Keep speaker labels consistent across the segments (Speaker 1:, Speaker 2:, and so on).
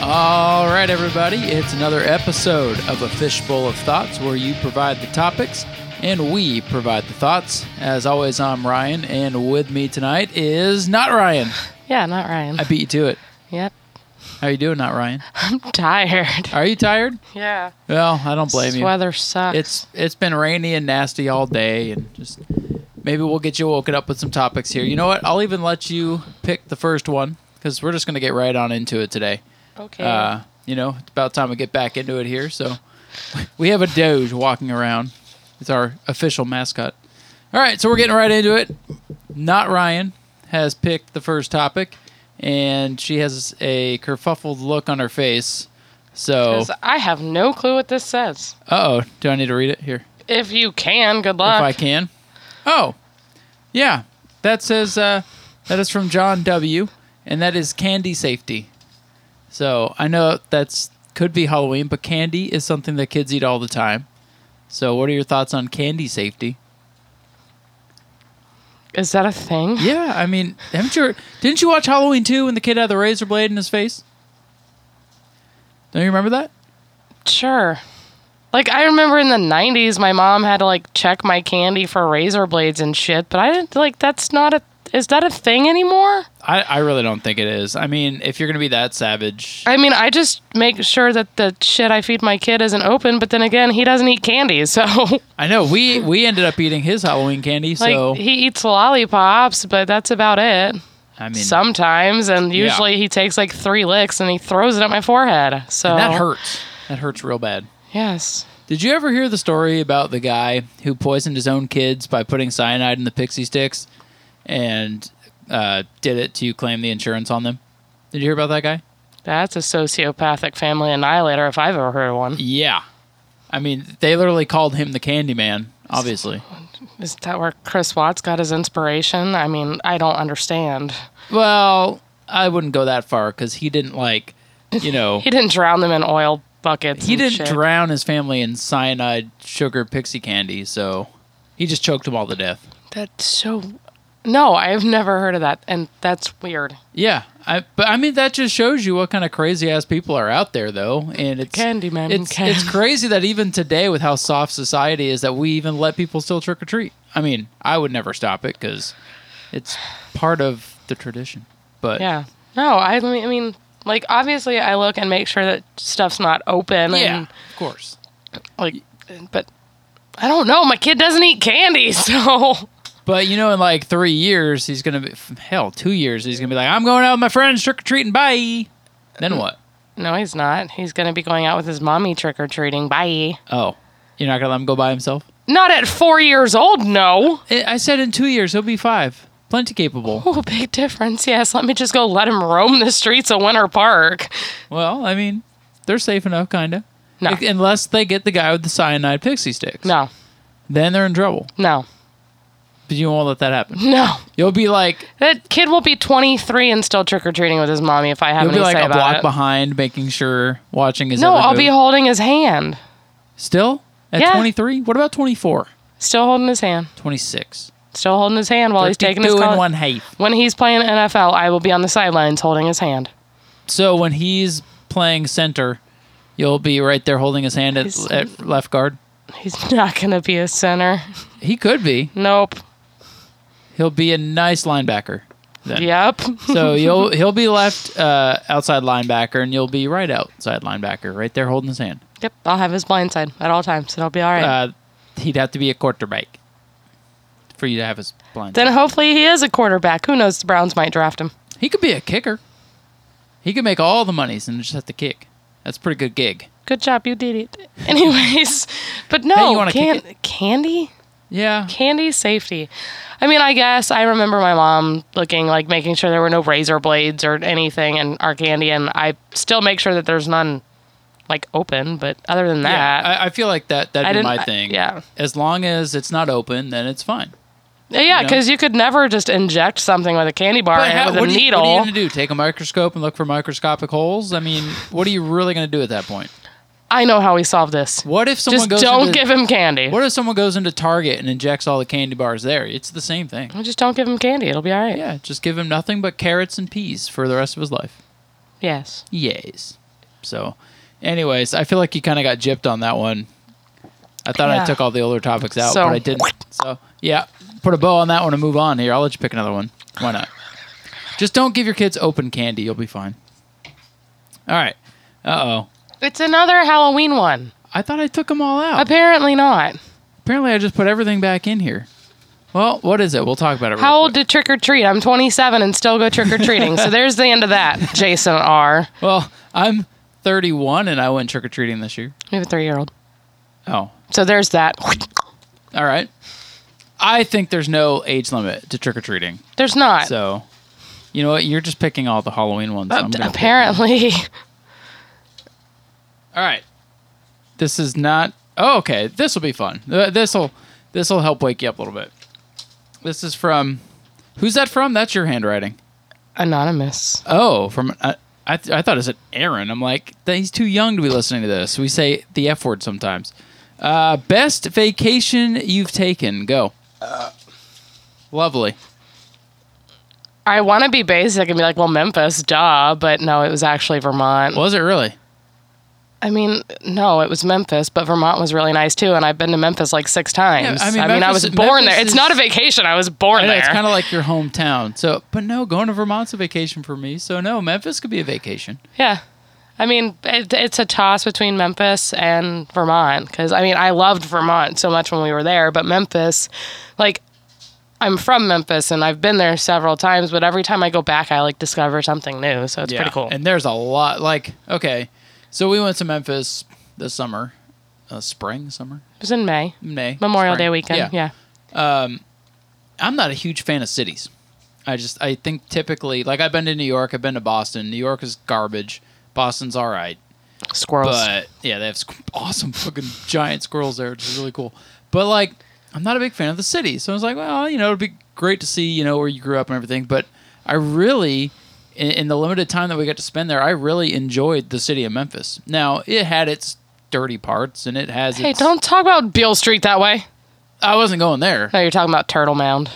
Speaker 1: All right, everybody, it's another episode of A Fishbowl of Thoughts where you provide the topics and we provide the thoughts. As always, I'm Ryan, and with me tonight is not Ryan.
Speaker 2: Yeah, not Ryan.
Speaker 1: I beat you to it.
Speaker 2: yep.
Speaker 1: How you doing, not Ryan?
Speaker 2: I'm tired.
Speaker 1: Are you tired?
Speaker 2: Yeah.
Speaker 1: Well, I don't blame
Speaker 2: this
Speaker 1: you.
Speaker 2: weather sucks.
Speaker 1: It's it's been rainy and nasty all day, and just maybe we'll get you woken up with some topics here. You know what? I'll even let you pick the first one because we're just gonna get right on into it today.
Speaker 2: okay.
Speaker 1: Uh, you know, it's about time we get back into it here. So we have a Doge walking around. It's our official mascot. All right, so we're getting right into it. Not Ryan has picked the first topic, and she has a kerfuffled look on her face. So,
Speaker 2: 'Cause I have no clue what this says.
Speaker 1: uh oh, do I need to read it here?
Speaker 2: If you can, good
Speaker 1: if
Speaker 2: luck.
Speaker 1: I can. Oh, yeah. That says uh, that is from John W. And that is candy safety. So I know that's could be Halloween, but candy is something that kids eat all the time. So what are your thoughts on candy safety?
Speaker 2: Is that a thing?
Speaker 1: Yeah, I mean, haven't you? Didn't you watch Halloween two when the kid had the razor blade in his face? Don't you remember that?
Speaker 2: Sure. Like I remember in the '90s, my mom had to like check my candy for razor blades and shit. But I didn't like. That's not a. Is that a thing anymore?
Speaker 1: I, I really don't think it is. I mean, if you're gonna be that savage,
Speaker 2: I mean, I just make sure that the shit I feed my kid isn't open. But then again, he doesn't eat candy, so
Speaker 1: I know we we ended up eating his Halloween candy.
Speaker 2: like
Speaker 1: So
Speaker 2: he eats lollipops, but that's about it.
Speaker 1: I mean,
Speaker 2: sometimes and usually he takes like three licks and he throws it at my forehead so
Speaker 1: And that hurts. That hurts real bad.
Speaker 2: yes
Speaker 1: Did you ever hear the story about the guy who poisoned his own kids by putting cyanide in the pixie sticks and uh, did it to claim the insurance on them? Did you hear about that guy?
Speaker 2: that's a sociopathic family annihilator if i've ever heard of one
Speaker 1: Yeah. I mean, they literally called him the Candyman, obviously.
Speaker 2: is that where chris watts got his inspiration i mean i don't understand
Speaker 1: Well, I wouldn't go that far because he didn't, like, you know,
Speaker 2: he didn't drown them in oil buckets
Speaker 1: he
Speaker 2: and
Speaker 1: didn't
Speaker 2: shit.
Speaker 1: drown his family in cyanide sugar pixie candy, so he just choked them all to death.
Speaker 2: that's so no i've never heard of that and that's weird
Speaker 1: Yeah, I, but I mean that just shows you what kind of crazy ass people are out there, though. And it's
Speaker 2: Candyman,
Speaker 1: It's
Speaker 2: can-
Speaker 1: it's crazy that even today, with how soft society is, that we even let people still trick or treat. I mean, I would never stop it because it's part of the tradition. But
Speaker 2: yeah no i mean I mean, like obviously i look and make sure that stuff's not open
Speaker 1: yeah,
Speaker 2: and
Speaker 1: of course.
Speaker 2: like but i don't know my kid doesn't eat candy so
Speaker 1: But you know, in like three years, he's gonna be hell. Two years, he's gonna be like, I'm going out with my friends trick or treating. Bye. Then what?
Speaker 2: no he's not he's gonna be going out with his mommy trick-or-treating bye
Speaker 1: Oh, you're not gonna let him go by himself?
Speaker 2: not at four years old no
Speaker 1: I I said in two years he'll be five, plenty capable.
Speaker 2: oh big difference yes let me just go let him roam the streets of winter park
Speaker 1: Well, I mean, they're safe enough, kinda.
Speaker 2: No.
Speaker 1: Like, Unless they get the guy with the cyanide pixie sticks.
Speaker 2: no
Speaker 1: Then they're in trouble.
Speaker 2: no
Speaker 1: But you won't let that happen.
Speaker 2: no
Speaker 1: You'll be like
Speaker 2: that kid will be 23 and still trick-or-treating with his mommy if i have
Speaker 1: you'll
Speaker 2: any
Speaker 1: be like
Speaker 2: say
Speaker 1: a
Speaker 2: about
Speaker 1: block
Speaker 2: it
Speaker 1: behind, making sure watching his.
Speaker 2: no
Speaker 1: every
Speaker 2: i'll
Speaker 1: move.
Speaker 2: be holding his hand
Speaker 1: still at
Speaker 2: Yeah.
Speaker 1: 23. What about 24?
Speaker 2: still holding his hand
Speaker 1: 26.
Speaker 2: still holding his hand while he's taking his
Speaker 1: 32 and
Speaker 2: col-
Speaker 1: one half.
Speaker 2: when he's playing nfl i will be on the sidelines holding his hand
Speaker 1: So when he's playing center, you'll be right there holding his hand at,
Speaker 2: He's-
Speaker 1: at left guard.
Speaker 2: He's not going to be a center.
Speaker 1: He could be.
Speaker 2: Nope.
Speaker 1: He'll be a nice linebacker. Then.
Speaker 2: Yep.
Speaker 1: So you'll he'll be left uh, outside linebacker, and you'll be right outside linebacker, right there holding his hand.
Speaker 2: Yep. I'll have his blind side at all times. It'll be all right.
Speaker 1: Uh, he'd have to be a quarterback for you to have his blind.
Speaker 2: then hopefully he is a quarterback. Who knows? The Browns might draft him.
Speaker 1: he could be a kicker. He could make all the monies and just have to kick. That's a pretty good gig.
Speaker 2: Good job. You did it. Anyways, but
Speaker 1: Hey,
Speaker 2: no,
Speaker 1: you wanna
Speaker 2: can-
Speaker 1: kick
Speaker 2: candy?
Speaker 1: Yeah,
Speaker 2: Candy safety. I mean, I guess I remember my mom looking like making sure there were no razor blades or anything in our candy, and I still make sure that there's none like open. But other than that,
Speaker 1: yeah. I, I feel like that that'd
Speaker 2: I
Speaker 1: be
Speaker 2: didn't-
Speaker 1: my
Speaker 2: I-
Speaker 1: thing.
Speaker 2: yeah.
Speaker 1: as long as it's not open, then it's fine.
Speaker 2: yeah,
Speaker 1: know?
Speaker 2: because you could never just inject something with a candy bar in it
Speaker 1: how-
Speaker 2: with
Speaker 1: what, do
Speaker 2: a
Speaker 1: you,
Speaker 2: needle.
Speaker 1: what are you gonna do? Take a microscope and look for microscopic holes? I mean, what are you really gonna do at that point?
Speaker 2: I know how we solve this.
Speaker 1: What if someone
Speaker 2: Just
Speaker 1: goes
Speaker 2: don't
Speaker 1: into-
Speaker 2: give him candy.
Speaker 1: What if someone goes into Target and injects all the candy bars there? It's the same thing.
Speaker 2: Just don't give him candy. It'll be all right.
Speaker 1: Yeah, just give him nothing but carrots and peas for the rest of his life.
Speaker 2: Yes.
Speaker 1: Yes. So, anyways, I feel like you kind of got gypped on that one. I thought I
Speaker 2: Yeah.
Speaker 1: took all the older topics out,
Speaker 2: So-
Speaker 1: but I didn't. So, yeah, put a bow on that one and move on here. I'll let you pick another one. Why not? Just don't give your kids open candy. You'll be fine. All right. Uh oh.
Speaker 2: It's another Halloween one.
Speaker 1: I thought I took them all out.
Speaker 2: Apparently not.
Speaker 1: Apparently, I just put everything back in here. Well, what is it? We'll talk about it. real
Speaker 2: How old
Speaker 1: quick.
Speaker 2: to trick or treat? I'm 27 and still go trick or treating. so there's the end of that, Jason R.
Speaker 1: Well, I'm 31 and I went trick or treating this year.
Speaker 2: We have a three year old.
Speaker 1: Oh,
Speaker 2: So there's that.
Speaker 1: all right. I think there's no age limit to trick or treating.
Speaker 2: There's not.
Speaker 1: So, you know what? You're just picking all the Halloween ones. I'm gonna pick-
Speaker 2: Apparently.
Speaker 1: All right. This is not. Oh, okay. This will be fun. Uh, This will this will help wake you up a little bit. This is from. Who's that from? That's your handwriting.
Speaker 2: Anonymous.
Speaker 1: Oh, from uh, I, th- I thought it said Aaron. I'm like, th- he's too young to be listening to this. We say the F word sometimes. Uh, best vacation you've taken? Go.
Speaker 2: Uh.
Speaker 1: Lovely.
Speaker 2: I want to be basic and be like, well, Memphis, duh. But no, it was actually Vermont.
Speaker 1: Was it really?
Speaker 2: I mean, no, it was Memphis, but Vermont was really nice too. And I've been to Memphis like six times.
Speaker 1: I
Speaker 2: I
Speaker 1: mean,
Speaker 2: mean, I,
Speaker 1: Memphis-
Speaker 2: was born
Speaker 1: Memphis
Speaker 2: there. It's
Speaker 1: is-
Speaker 2: not a vacation. I was born
Speaker 1: I know,
Speaker 2: there.
Speaker 1: it's kind of like your hometown. So, but no, going to Vermont's a vacation for me. So no, Memphis could be a vacation.
Speaker 2: Yeah. I mean, it, it's a toss between Memphis and Vermont because I mean, I loved Vermont so much when we were there, but Memphis, like, I'm from Memphis and I've been there several times, but every time I go back, I like discover something new. So it's pretty cool.
Speaker 1: And there's a lot. Like, okay, so we went to Memphis this summer, uh, spring, summer,
Speaker 2: it was in May,
Speaker 1: May,
Speaker 2: Memorial
Speaker 1: spring.
Speaker 2: Day weekend. Yeah.
Speaker 1: I'm not a huge fan of cities. I just I think typically like I've been to New York, I've been to Boston. New York is garbage. Boston's all right,
Speaker 2: Squirrels.
Speaker 1: but yeah, they have squ- awesome fucking giant squirrels there, which is really cool. But like, I'm not a big fan of the city, so I was like, well, you know, it'd be great to see you know where you grew up and everything. But I really, in, in the limited time that we got to spend there, I really enjoyed the city of Memphis. Now it had its dirty parts, and it has.
Speaker 2: hey,
Speaker 1: its,
Speaker 2: don't talk about Beale Street that way.
Speaker 1: I wasn't going there.
Speaker 2: No, you're talking about Turtle Mound.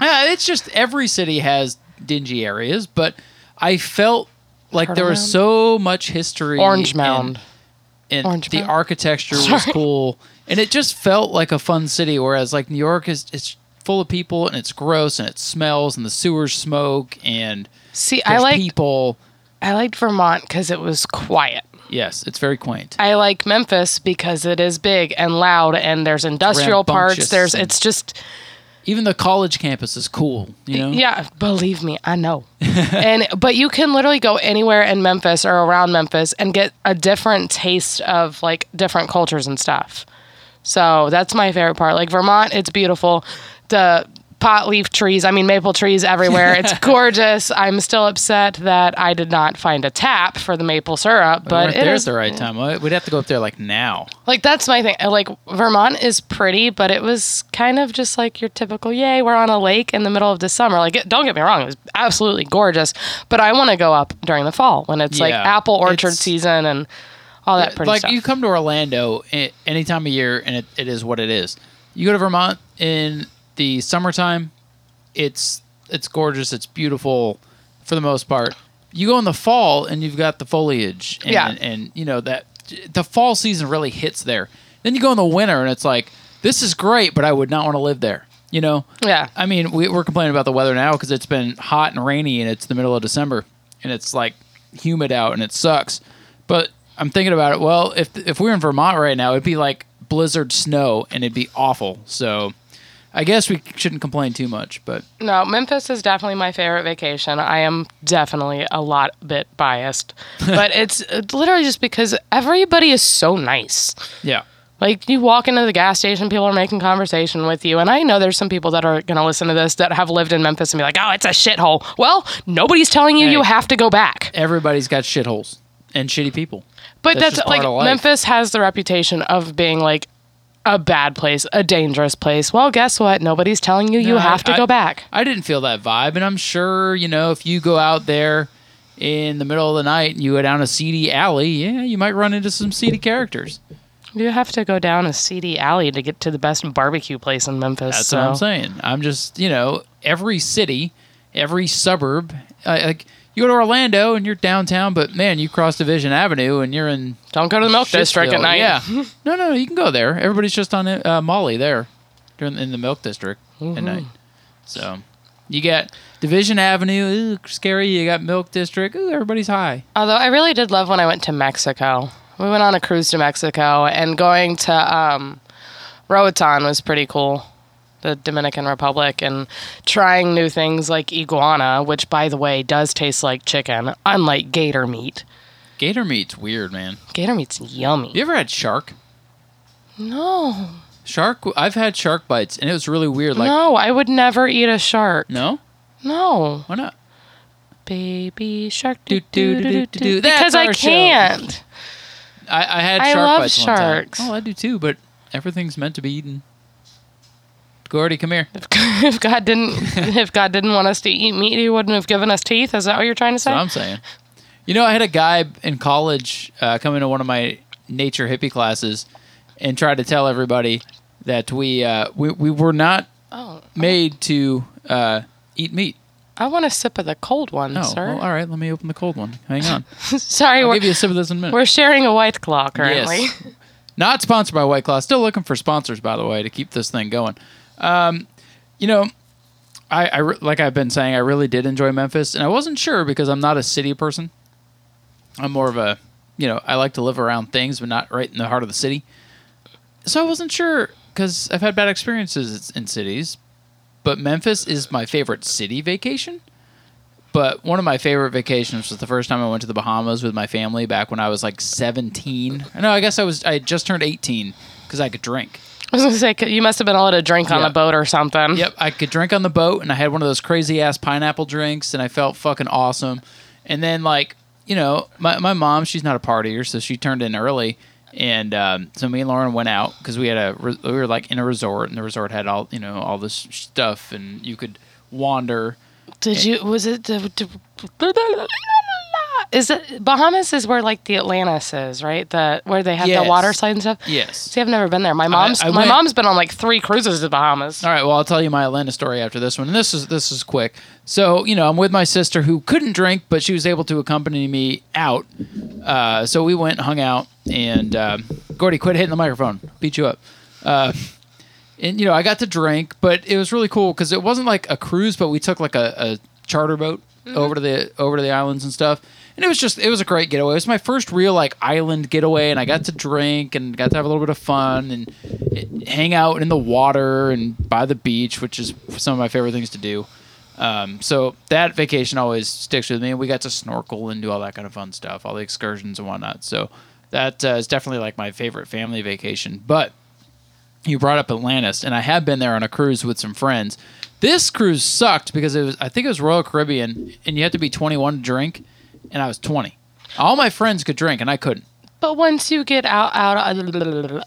Speaker 1: Yeah, Uh, it's just every city has dingy areas, but I felt like there was
Speaker 2: Mound?
Speaker 1: so much history.
Speaker 2: Orange
Speaker 1: and-
Speaker 2: Mound.
Speaker 1: And,
Speaker 2: Orange
Speaker 1: the
Speaker 2: Mound?
Speaker 1: architecture was
Speaker 2: Sorry.
Speaker 1: cool, and it just felt like a fun city. Whereas like New York is it's full of people and it's gross and it smells and the sewers smoke and
Speaker 2: See, I
Speaker 1: there's
Speaker 2: like
Speaker 1: people.
Speaker 2: I liked Vermont because it was quiet.
Speaker 1: Yes, it's very quaint.
Speaker 2: I like Memphis because it is big and loud and there's industrial
Speaker 1: rambunctious
Speaker 2: parts. There's
Speaker 1: and-
Speaker 2: it's just
Speaker 1: Even the college campus is cool. You know.
Speaker 2: yeah, believe me, I know. and but you can literally go anywhere in Memphis or around Memphis and get a different taste of like different cultures and stuff. So that's my favorite part. Like Vermont, it's beautiful. The pot leaf trees, I mean maple trees everywhere. It's gorgeous. I'm still upset that I did not find a tap for the maple syrup,
Speaker 1: We
Speaker 2: but
Speaker 1: weren't
Speaker 2: it
Speaker 1: there
Speaker 2: is
Speaker 1: at the right time. We'd have to go up there like now.
Speaker 2: Like that's my thing. Like Vermont is pretty, but it was kind of just like your typical, yay, we're on a lake in the middle of the summer. Like it, don't get me wrong, it was absolutely gorgeous, but I want to go up during the fall when it's like
Speaker 1: Yeah,
Speaker 2: apple orchard
Speaker 1: it's-
Speaker 2: season and all that pretty
Speaker 1: like
Speaker 2: stuff.
Speaker 1: you come to Orlando a- any time of year, and it, it is what it is. You go to Vermont in the summertime, it's it's gorgeous, it's beautiful, for the most part. You go in the fall, and you've got the foliage, and,
Speaker 2: Yeah.
Speaker 1: and, you know that the fall season really hits there. Then you go in the winter, and it's like this is great, but I would not want to live there. You know,
Speaker 2: Yeah.
Speaker 1: I mean, we, we're complaining about the weather now because it's been hot and rainy, and it's the middle of December, and it's like humid out, and it sucks. But I'm thinking about it. Well, if if we were in Vermont right now, it'd be like blizzard snow, and it'd be awful. So, I guess we shouldn't complain too much. But
Speaker 2: no, Memphis is definitely my favorite vacation. I am definitely a lot bit biased, but it's it's literally just because everybody is so nice.
Speaker 1: yeah,
Speaker 2: Like you walk into the gas station, people are making conversation with you. And I know there's some people that are going to listen to this that have lived in Memphis and be like, "Oh, it's a shithole." Well, nobody's telling you
Speaker 1: Hey.
Speaker 2: you have to go back.
Speaker 1: everybody's got shitholes and shitty people.
Speaker 2: But
Speaker 1: That's
Speaker 2: that's,
Speaker 1: just part
Speaker 2: like
Speaker 1: of life.
Speaker 2: Memphis has the reputation of being like a bad place, a dangerous place. Well, guess what? Nobody's telling you you
Speaker 1: No, I-
Speaker 2: have to
Speaker 1: I-
Speaker 2: go back.
Speaker 1: I didn't feel that vibe, and I'm sure you know if you go out there in the middle of the night and you go down a seedy alley, yeah, you might run into some seedy characters.
Speaker 2: You have to go down a seedy alley to get to the best barbecue place in Memphis.
Speaker 1: That's
Speaker 2: so.
Speaker 1: what I'm saying. I'm just, you know, every city, every suburb, I, like you go to Orlando and you're downtown, but man, you cross Division Avenue and you're in
Speaker 2: Don't go to the
Speaker 1: Oh,
Speaker 2: milk district
Speaker 1: Shitsville.
Speaker 2: at night.
Speaker 1: Yeah, no, no, you can go there. Everybody's just on uh, Molly there, during in the milk district at
Speaker 2: Mm-hmm.
Speaker 1: night. So you got Division Avenue, ooh, scary. You got Milk District, ooh, everybody's high.
Speaker 2: Although I really did love when I went to Mexico. We went on a cruise to Mexico, and going to um, Roatan was pretty cool, the Dominican Republic, and trying new things like iguana, which, by the way, does taste like chicken, unlike gator meat.
Speaker 1: Gator meat's weird, man.
Speaker 2: Gator meat's yummy.
Speaker 1: You ever had shark?
Speaker 2: No,
Speaker 1: Shark. I've had shark bites, and it was really weird. Like,
Speaker 2: no, I would never eat a shark.
Speaker 1: no,
Speaker 2: No,
Speaker 1: why not?
Speaker 2: baby shark.
Speaker 1: Do, do,
Speaker 2: Do,
Speaker 1: do,
Speaker 2: do,
Speaker 1: do,
Speaker 2: do,
Speaker 1: do.
Speaker 2: do,
Speaker 1: That's
Speaker 2: Because I
Speaker 1: our show.
Speaker 2: can't.
Speaker 1: I, I had
Speaker 2: I
Speaker 1: shark
Speaker 2: love
Speaker 1: bites
Speaker 2: sharks.
Speaker 1: one time. Oh, I do too, but everything's meant to be eaten. Gordy, come here. That's
Speaker 2: if God didn't if God didn't want us to eat meat, he wouldn't have given us teeth. Is that what you're trying to say?
Speaker 1: what I'm saying. You know, I had a guy in college uh, come into one of my nature hippie classes and try to tell everybody that we uh, we, we were not
Speaker 2: oh,
Speaker 1: made to uh, eat meat.
Speaker 2: I want a sip of the cold one,
Speaker 1: No.
Speaker 2: sir.
Speaker 1: Well, all right, let me open the cold one. Hang on.
Speaker 2: Sorry,
Speaker 1: I'll
Speaker 2: we're,
Speaker 1: give you a sip of this in a minute.
Speaker 2: we're sharing a white claw currently.
Speaker 1: Yes. Not sponsored by White Claw. Still looking for sponsors, by the way, to keep this thing going. Um, you know, I, I re- like I've been saying, I really did enjoy Memphis, and I wasn't sure because I'm not a city person. I'm more of a, you know, I like to live around things, but not right in the heart of the city. So I wasn't sure because I've had bad experiences in cities, but Memphis is my favorite city vacation. But one of my favorite vacations was the first time I went to the Bahamas with my family back when I was like 17. No, I guess I was I had just turned 18 because I could drink.
Speaker 2: I was gonna say 'cause you must have been allowed to drink on
Speaker 1: Yeah.
Speaker 2: the boat or something.
Speaker 1: Yep, I could drink on the boat, and I had one of those crazy ass pineapple drinks, and I felt fucking awesome. And then like you know, my my mom, she's not a partier, so she turned in early, and um, so me and Lauren went out because we had a re- we were like in a resort, and the resort had all you know all this stuff, and you could wander.
Speaker 2: Did you? Was it? the- the- Is it Bahamas? Is where like the Atlantis is, right? The where they have
Speaker 1: Yes.
Speaker 2: the water slide and stuff.
Speaker 1: Yes.
Speaker 2: See, I've never been there. My mom's
Speaker 1: I
Speaker 2: my
Speaker 1: went-
Speaker 2: mom's been on like three cruises to the Bahamas.
Speaker 1: All right. Well, I'll tell you my Atlanta story after this one. And this is this is quick. So you know, I'm with my sister who couldn't drink, but she was able to accompany me out. Uh, so we went, and hung out, and um, Gordy, quit hitting the microphone. Beat you up. Uh, and you know, I got to drink, but it was really cool because it wasn't like a cruise, but we took like a, a charter boat over to the over to the islands and stuff. And it was just it was a great getaway. It was my first real like island getaway, and I got to drink and got to have a little bit of fun and it- hang out in the water and by the beach, which is some of my favorite things to do. Um, so that vacation always sticks with me. We got to snorkel and do all that kind of fun stuff, all the excursions and whatnot. So that uh, is definitely like my favorite family vacation. But you brought up Atlantis, and I have been there on a cruise with some friends. This cruise sucked because it was I think it was Royal Caribbean, and you had to be 21 to drink, and I was 20. All my friends could drink, and I couldn't.
Speaker 2: But once you get out, out, uh,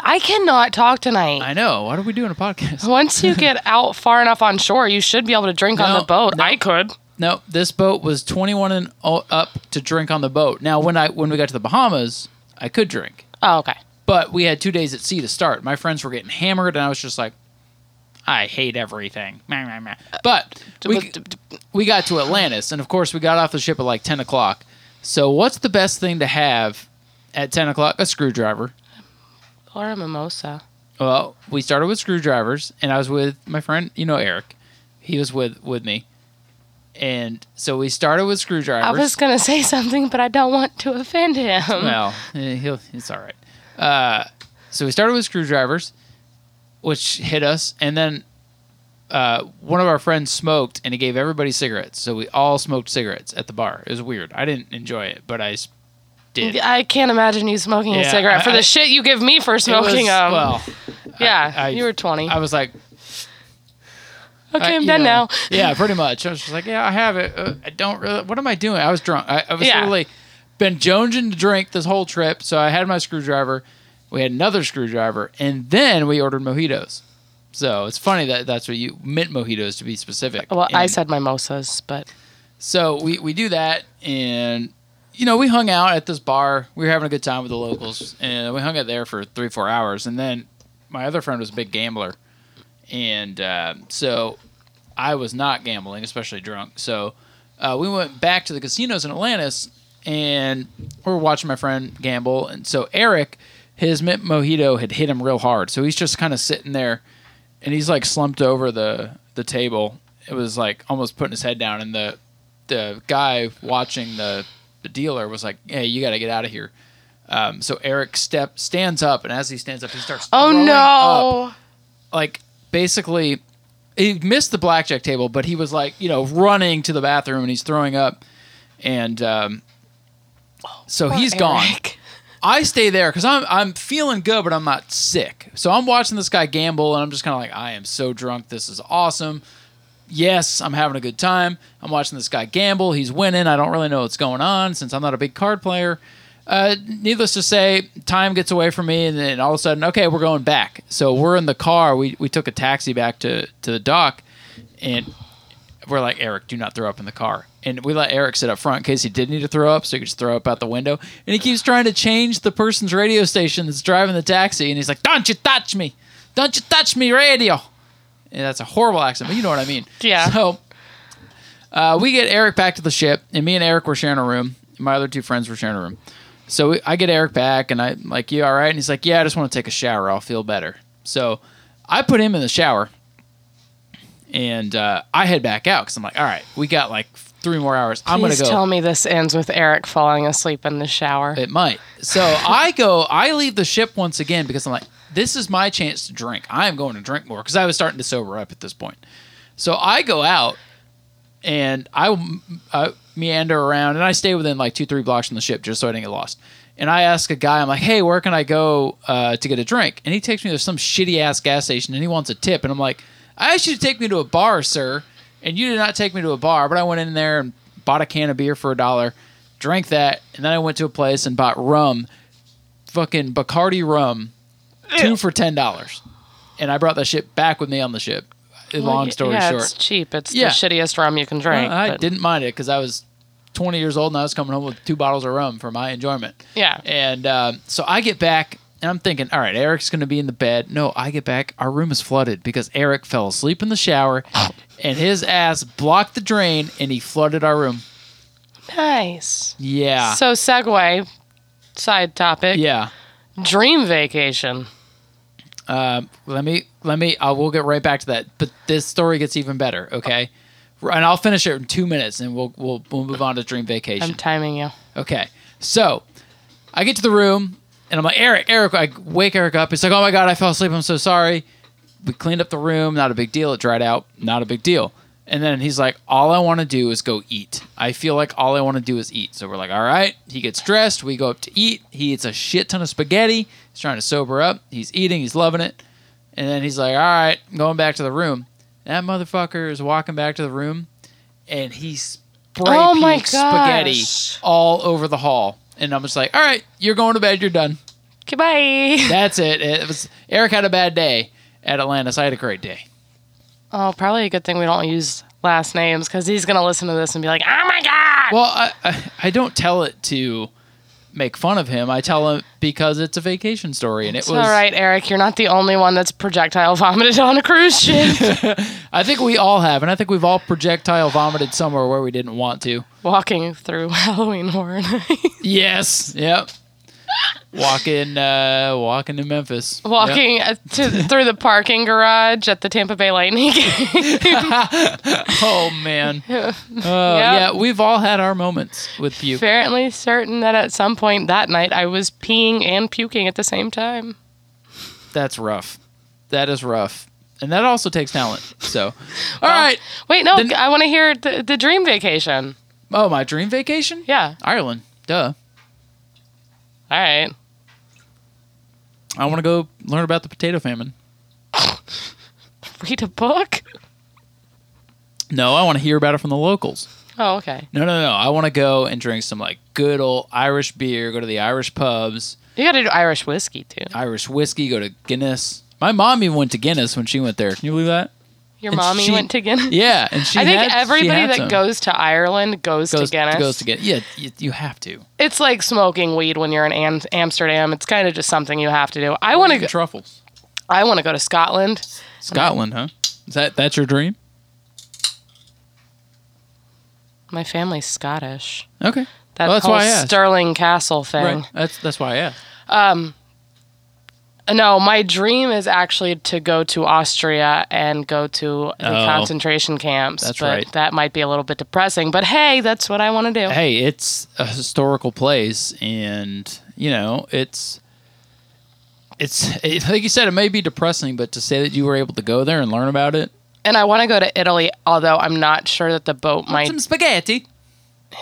Speaker 2: I cannot talk tonight.
Speaker 1: I know. What are we doing a podcast?
Speaker 2: Once you get out far enough on shore, you should be able to drink on
Speaker 1: No,
Speaker 2: the boat. I could.
Speaker 1: No, this boat was 21 and o- up to drink on the boat. Now, when I when we got to the Bahamas, I could drink.
Speaker 2: Oh, okay.
Speaker 1: But we had two days at sea to start. My friends were getting hammered, and I was just like, I hate everything. Meh, meh, meh. But we, we got to Atlantis, and of course, we got off the ship at like 10 o'clock. So, what's the best thing to have at 10 o'clock? A screwdriver.
Speaker 2: Or a mimosa.
Speaker 1: Well, we started with screwdrivers, and I was with my friend, you know, Eric. He was with, with me. And so we started with
Speaker 2: I
Speaker 1: screwdrivers.
Speaker 2: was gonna say something, but I don't want to offend him.
Speaker 1: well, eh, he'll, it's all right. Uh, so we started with screwdrivers, which hit us, and then uh, one of our friends smoked, and he gave everybody cigarettes. So we all smoked cigarettes at the bar. It was weird. I didn't enjoy it, but I s- did.
Speaker 2: I can't imagine you smoking
Speaker 1: Yeah,
Speaker 2: a cigarette for
Speaker 1: I- I-
Speaker 2: the shit you give me for
Speaker 1: It was-
Speaker 2: smoking. um,
Speaker 1: well,
Speaker 2: yeah,
Speaker 1: I-
Speaker 2: you were 20.
Speaker 1: I was like,
Speaker 2: okay,
Speaker 1: I-
Speaker 2: I'm
Speaker 1: you
Speaker 2: done
Speaker 1: know,
Speaker 2: now.
Speaker 1: yeah, pretty much. I was just like, yeah, I have it. Uh, I don't really. What am I doing? I was drunk. I, I was
Speaker 2: Yeah.
Speaker 1: really been jonesing to drink this whole trip, so I had my screwdriver. We had another screwdriver, and then we ordered mojitos. So it's funny that that's what you mint mojitos to be specific.
Speaker 2: Well, I
Speaker 1: And
Speaker 2: said mimosas, but
Speaker 1: so. We we do that, and you know we hung out at this bar. We were having a good time with the locals, and we hung out there for three four hours. And then my other friend was a big gambler, and uh, so I was not gambling, especially drunk. So uh, we went back to the casinos in Atlantis and we were watching my friend gamble. And so Eric, his mint mojito had hit him real hard. So he's just kind of sitting there and he's like slumped over the, the table. It was like almost putting his head down. And the, the guy watching the, the dealer was like, Hey, you got to get out of here. Um, so Eric step stands up, and as he stands up, he starts.
Speaker 2: Oh
Speaker 1: throwing up
Speaker 2: no!
Speaker 1: like basically he missed the blackjack table, but he was like, you know, running to the bathroom and he's throwing up. And um, so
Speaker 2: Poor
Speaker 1: he's gone.
Speaker 2: Eric.
Speaker 1: I stay there because I'm I'm feeling good, but I'm not sick. So I'm watching this guy gamble, and I'm just kind of like, I am so drunk. This is awesome. Yes, I'm having a good time. I'm watching this guy gamble. He's winning. I don't really know what's going on since I'm not a big card player. Uh, needless to say, time gets away from me, and then all of a sudden, okay, we're going back. So we're in the car. We we took a taxi back to to the dock, and we're like, Eric, do not throw up in the car. And we let Eric sit up front in case he did need to throw up, so he could just throw up out the window. And he keeps trying to change the person's radio station that's driving the taxi, and he's like, Don't you touch me! Don't you touch me, radio! And that's a horrible accent, but you know what I mean.
Speaker 2: Yeah.
Speaker 1: So uh, we get Eric back to the ship, and me and Eric were sharing a room. My other two friends were sharing a room. So we, I get Eric back, and I'm like, You all right? And he's like, Yeah, I just want to take a shower. I'll feel better. So I put him in the shower and uh, I head back out because I'm like, all right, we got like three more hours. I'm gonna
Speaker 2: Please
Speaker 1: go.
Speaker 2: tell me this ends with Eric falling asleep in the shower.
Speaker 1: it might. So I go. I leave the ship once again because I'm like, this is my chance to drink. I am going to drink more because I was starting to sober up at this point. So I go out and I m- uh, meander around and I stay within like two, three blocks from the ship just so I didn't get lost. And I ask a guy, I'm like, hey, where can I go uh, to get a drink? And he takes me to some shitty ass gas station and he wants a tip. And I'm like, I asked you to take me to a bar, sir. And you did not take me to a bar, but I went in there and bought a can of beer for a dollar, drank that. And then I went to a place and bought rum, fucking Bacardi rum, two for $10. And I brought that shit back with me on the ship. Long story
Speaker 2: yeah,
Speaker 1: short.
Speaker 2: it's cheap. It's
Speaker 1: Yeah.
Speaker 2: the shittiest rum you can drink.
Speaker 1: I
Speaker 2: but-
Speaker 1: didn't mind it because I was 20 years old and I was coming home with two bottles of rum for my enjoyment.
Speaker 2: Yeah.
Speaker 1: And um, so I get back and I'm thinking, all right, Eric's going to be in the bed. No, I get back. Our room is flooded because Eric fell asleep in the shower and his ass blocked the drain and he flooded our room.
Speaker 2: Nice.
Speaker 1: Yeah.
Speaker 2: So segue, side topic.
Speaker 1: yeah.
Speaker 2: Dream vacation.
Speaker 1: Um, let me let me. I will get right back to that. But this story gets even better. Okay. And I'll finish it in two minutes, and we'll we'll, we'll move on to Dream Vacation.
Speaker 2: I'm timing you.
Speaker 1: Okay. So I get to the room and I'm like, Eric, Eric, I wake Eric up. He's like, oh my God, I fell asleep. I'm so sorry. We cleaned up the room. Not a big deal. It dried out. Not a big deal. And then he's like, all I want to do is go eat. I feel like all I want to do is eat. So we're like, all right. He gets dressed. We go up to eat. He eats a shit ton of spaghetti. He's trying to sober up. He's eating. He's loving it. And then he's like, all right, I'm going back to the room. That motherfucker is walking back to the room and he spray
Speaker 2: Oh my
Speaker 1: peeks spaghetti
Speaker 2: gosh.
Speaker 1: all over the hall. And I'm just like, all right, you're going to bed. You're done.
Speaker 2: Goodbye.
Speaker 1: That's it. It was Eric had a bad day at Atlantis. I had a great day.
Speaker 2: Oh, probably a good thing we don't use last names because he's gonna listen to this and be like, "Oh my god."
Speaker 1: Well, I, I I don't tell it to make fun of him. I tell him because it's a vacation story, and it
Speaker 2: it's
Speaker 1: was.
Speaker 2: all right, Eric. You're not the only one that's projectile vomited on a cruise ship.
Speaker 1: I think we all have, and I think we've all projectile vomited somewhere where we didn't want to.
Speaker 2: Walking through Halloween Horror Night.
Speaker 1: Yes. Yep. Walking, uh, walking to Memphis. Yep.
Speaker 2: Walking uh to, through the parking garage at the Tampa Bay Lightning game.
Speaker 1: Oh man. Oh yeah, we've all had our moments with puke.
Speaker 2: Apparently, certain that at some point that night I was peeing and puking at the same time.
Speaker 1: That's rough. That is rough. And that also takes talent. So, all right.
Speaker 2: Wait, no,
Speaker 1: Then-
Speaker 2: I want to hear the, the dream vacation.
Speaker 1: Oh, my dream vacation?
Speaker 2: Yeah.
Speaker 1: Ireland. Duh.
Speaker 2: All right.
Speaker 1: I want to go learn about the potato famine.
Speaker 2: Read a book?
Speaker 1: No, I want to hear about it from the locals.
Speaker 2: Oh, okay.
Speaker 1: No, no, no. I want to go and drink some like good old Irish beer, go to the Irish pubs,
Speaker 2: You got to do Irish whiskey, too.
Speaker 1: Irish whiskey, go to Guinness. My mom even went to Guinness when she went there. Can you believe that?
Speaker 2: Your
Speaker 1: And
Speaker 2: mommy
Speaker 1: she-
Speaker 2: went to Guinness.
Speaker 1: Yeah, and she
Speaker 2: I think
Speaker 1: had- she
Speaker 2: everybody
Speaker 1: had
Speaker 2: that
Speaker 1: some.
Speaker 2: goes to Ireland goes,
Speaker 1: goes
Speaker 2: to Guinness.
Speaker 1: goes to Guinness. Yeah, you, you have to.
Speaker 2: It's like smoking weed when you're in Am- Amsterdam. It's kind of just something you have to do. I want to. Go-
Speaker 1: truffles.
Speaker 2: I want to go to Scotland.
Speaker 1: Scotland, huh? Is that that's your dream?
Speaker 2: My family's Scottish.
Speaker 1: Okay.
Speaker 2: That
Speaker 1: Well, that's
Speaker 2: whole
Speaker 1: why I asked.
Speaker 2: Sterling Castle thing.
Speaker 1: Right. That's that's why I asked.
Speaker 2: No, my dream is actually to go to Austria and go to the
Speaker 1: Oh.
Speaker 2: concentration camps.
Speaker 1: That's
Speaker 2: but
Speaker 1: right.
Speaker 2: That might be a little bit depressing, but hey, that's what I want to do.
Speaker 1: Hey, it's a historical place, and you know it's. It's it, like you said, it may be depressing, but to say that you were able to go there and learn about it,
Speaker 2: And I want to go to Italy, although I'm not sure that the boat might.
Speaker 1: some spaghetti.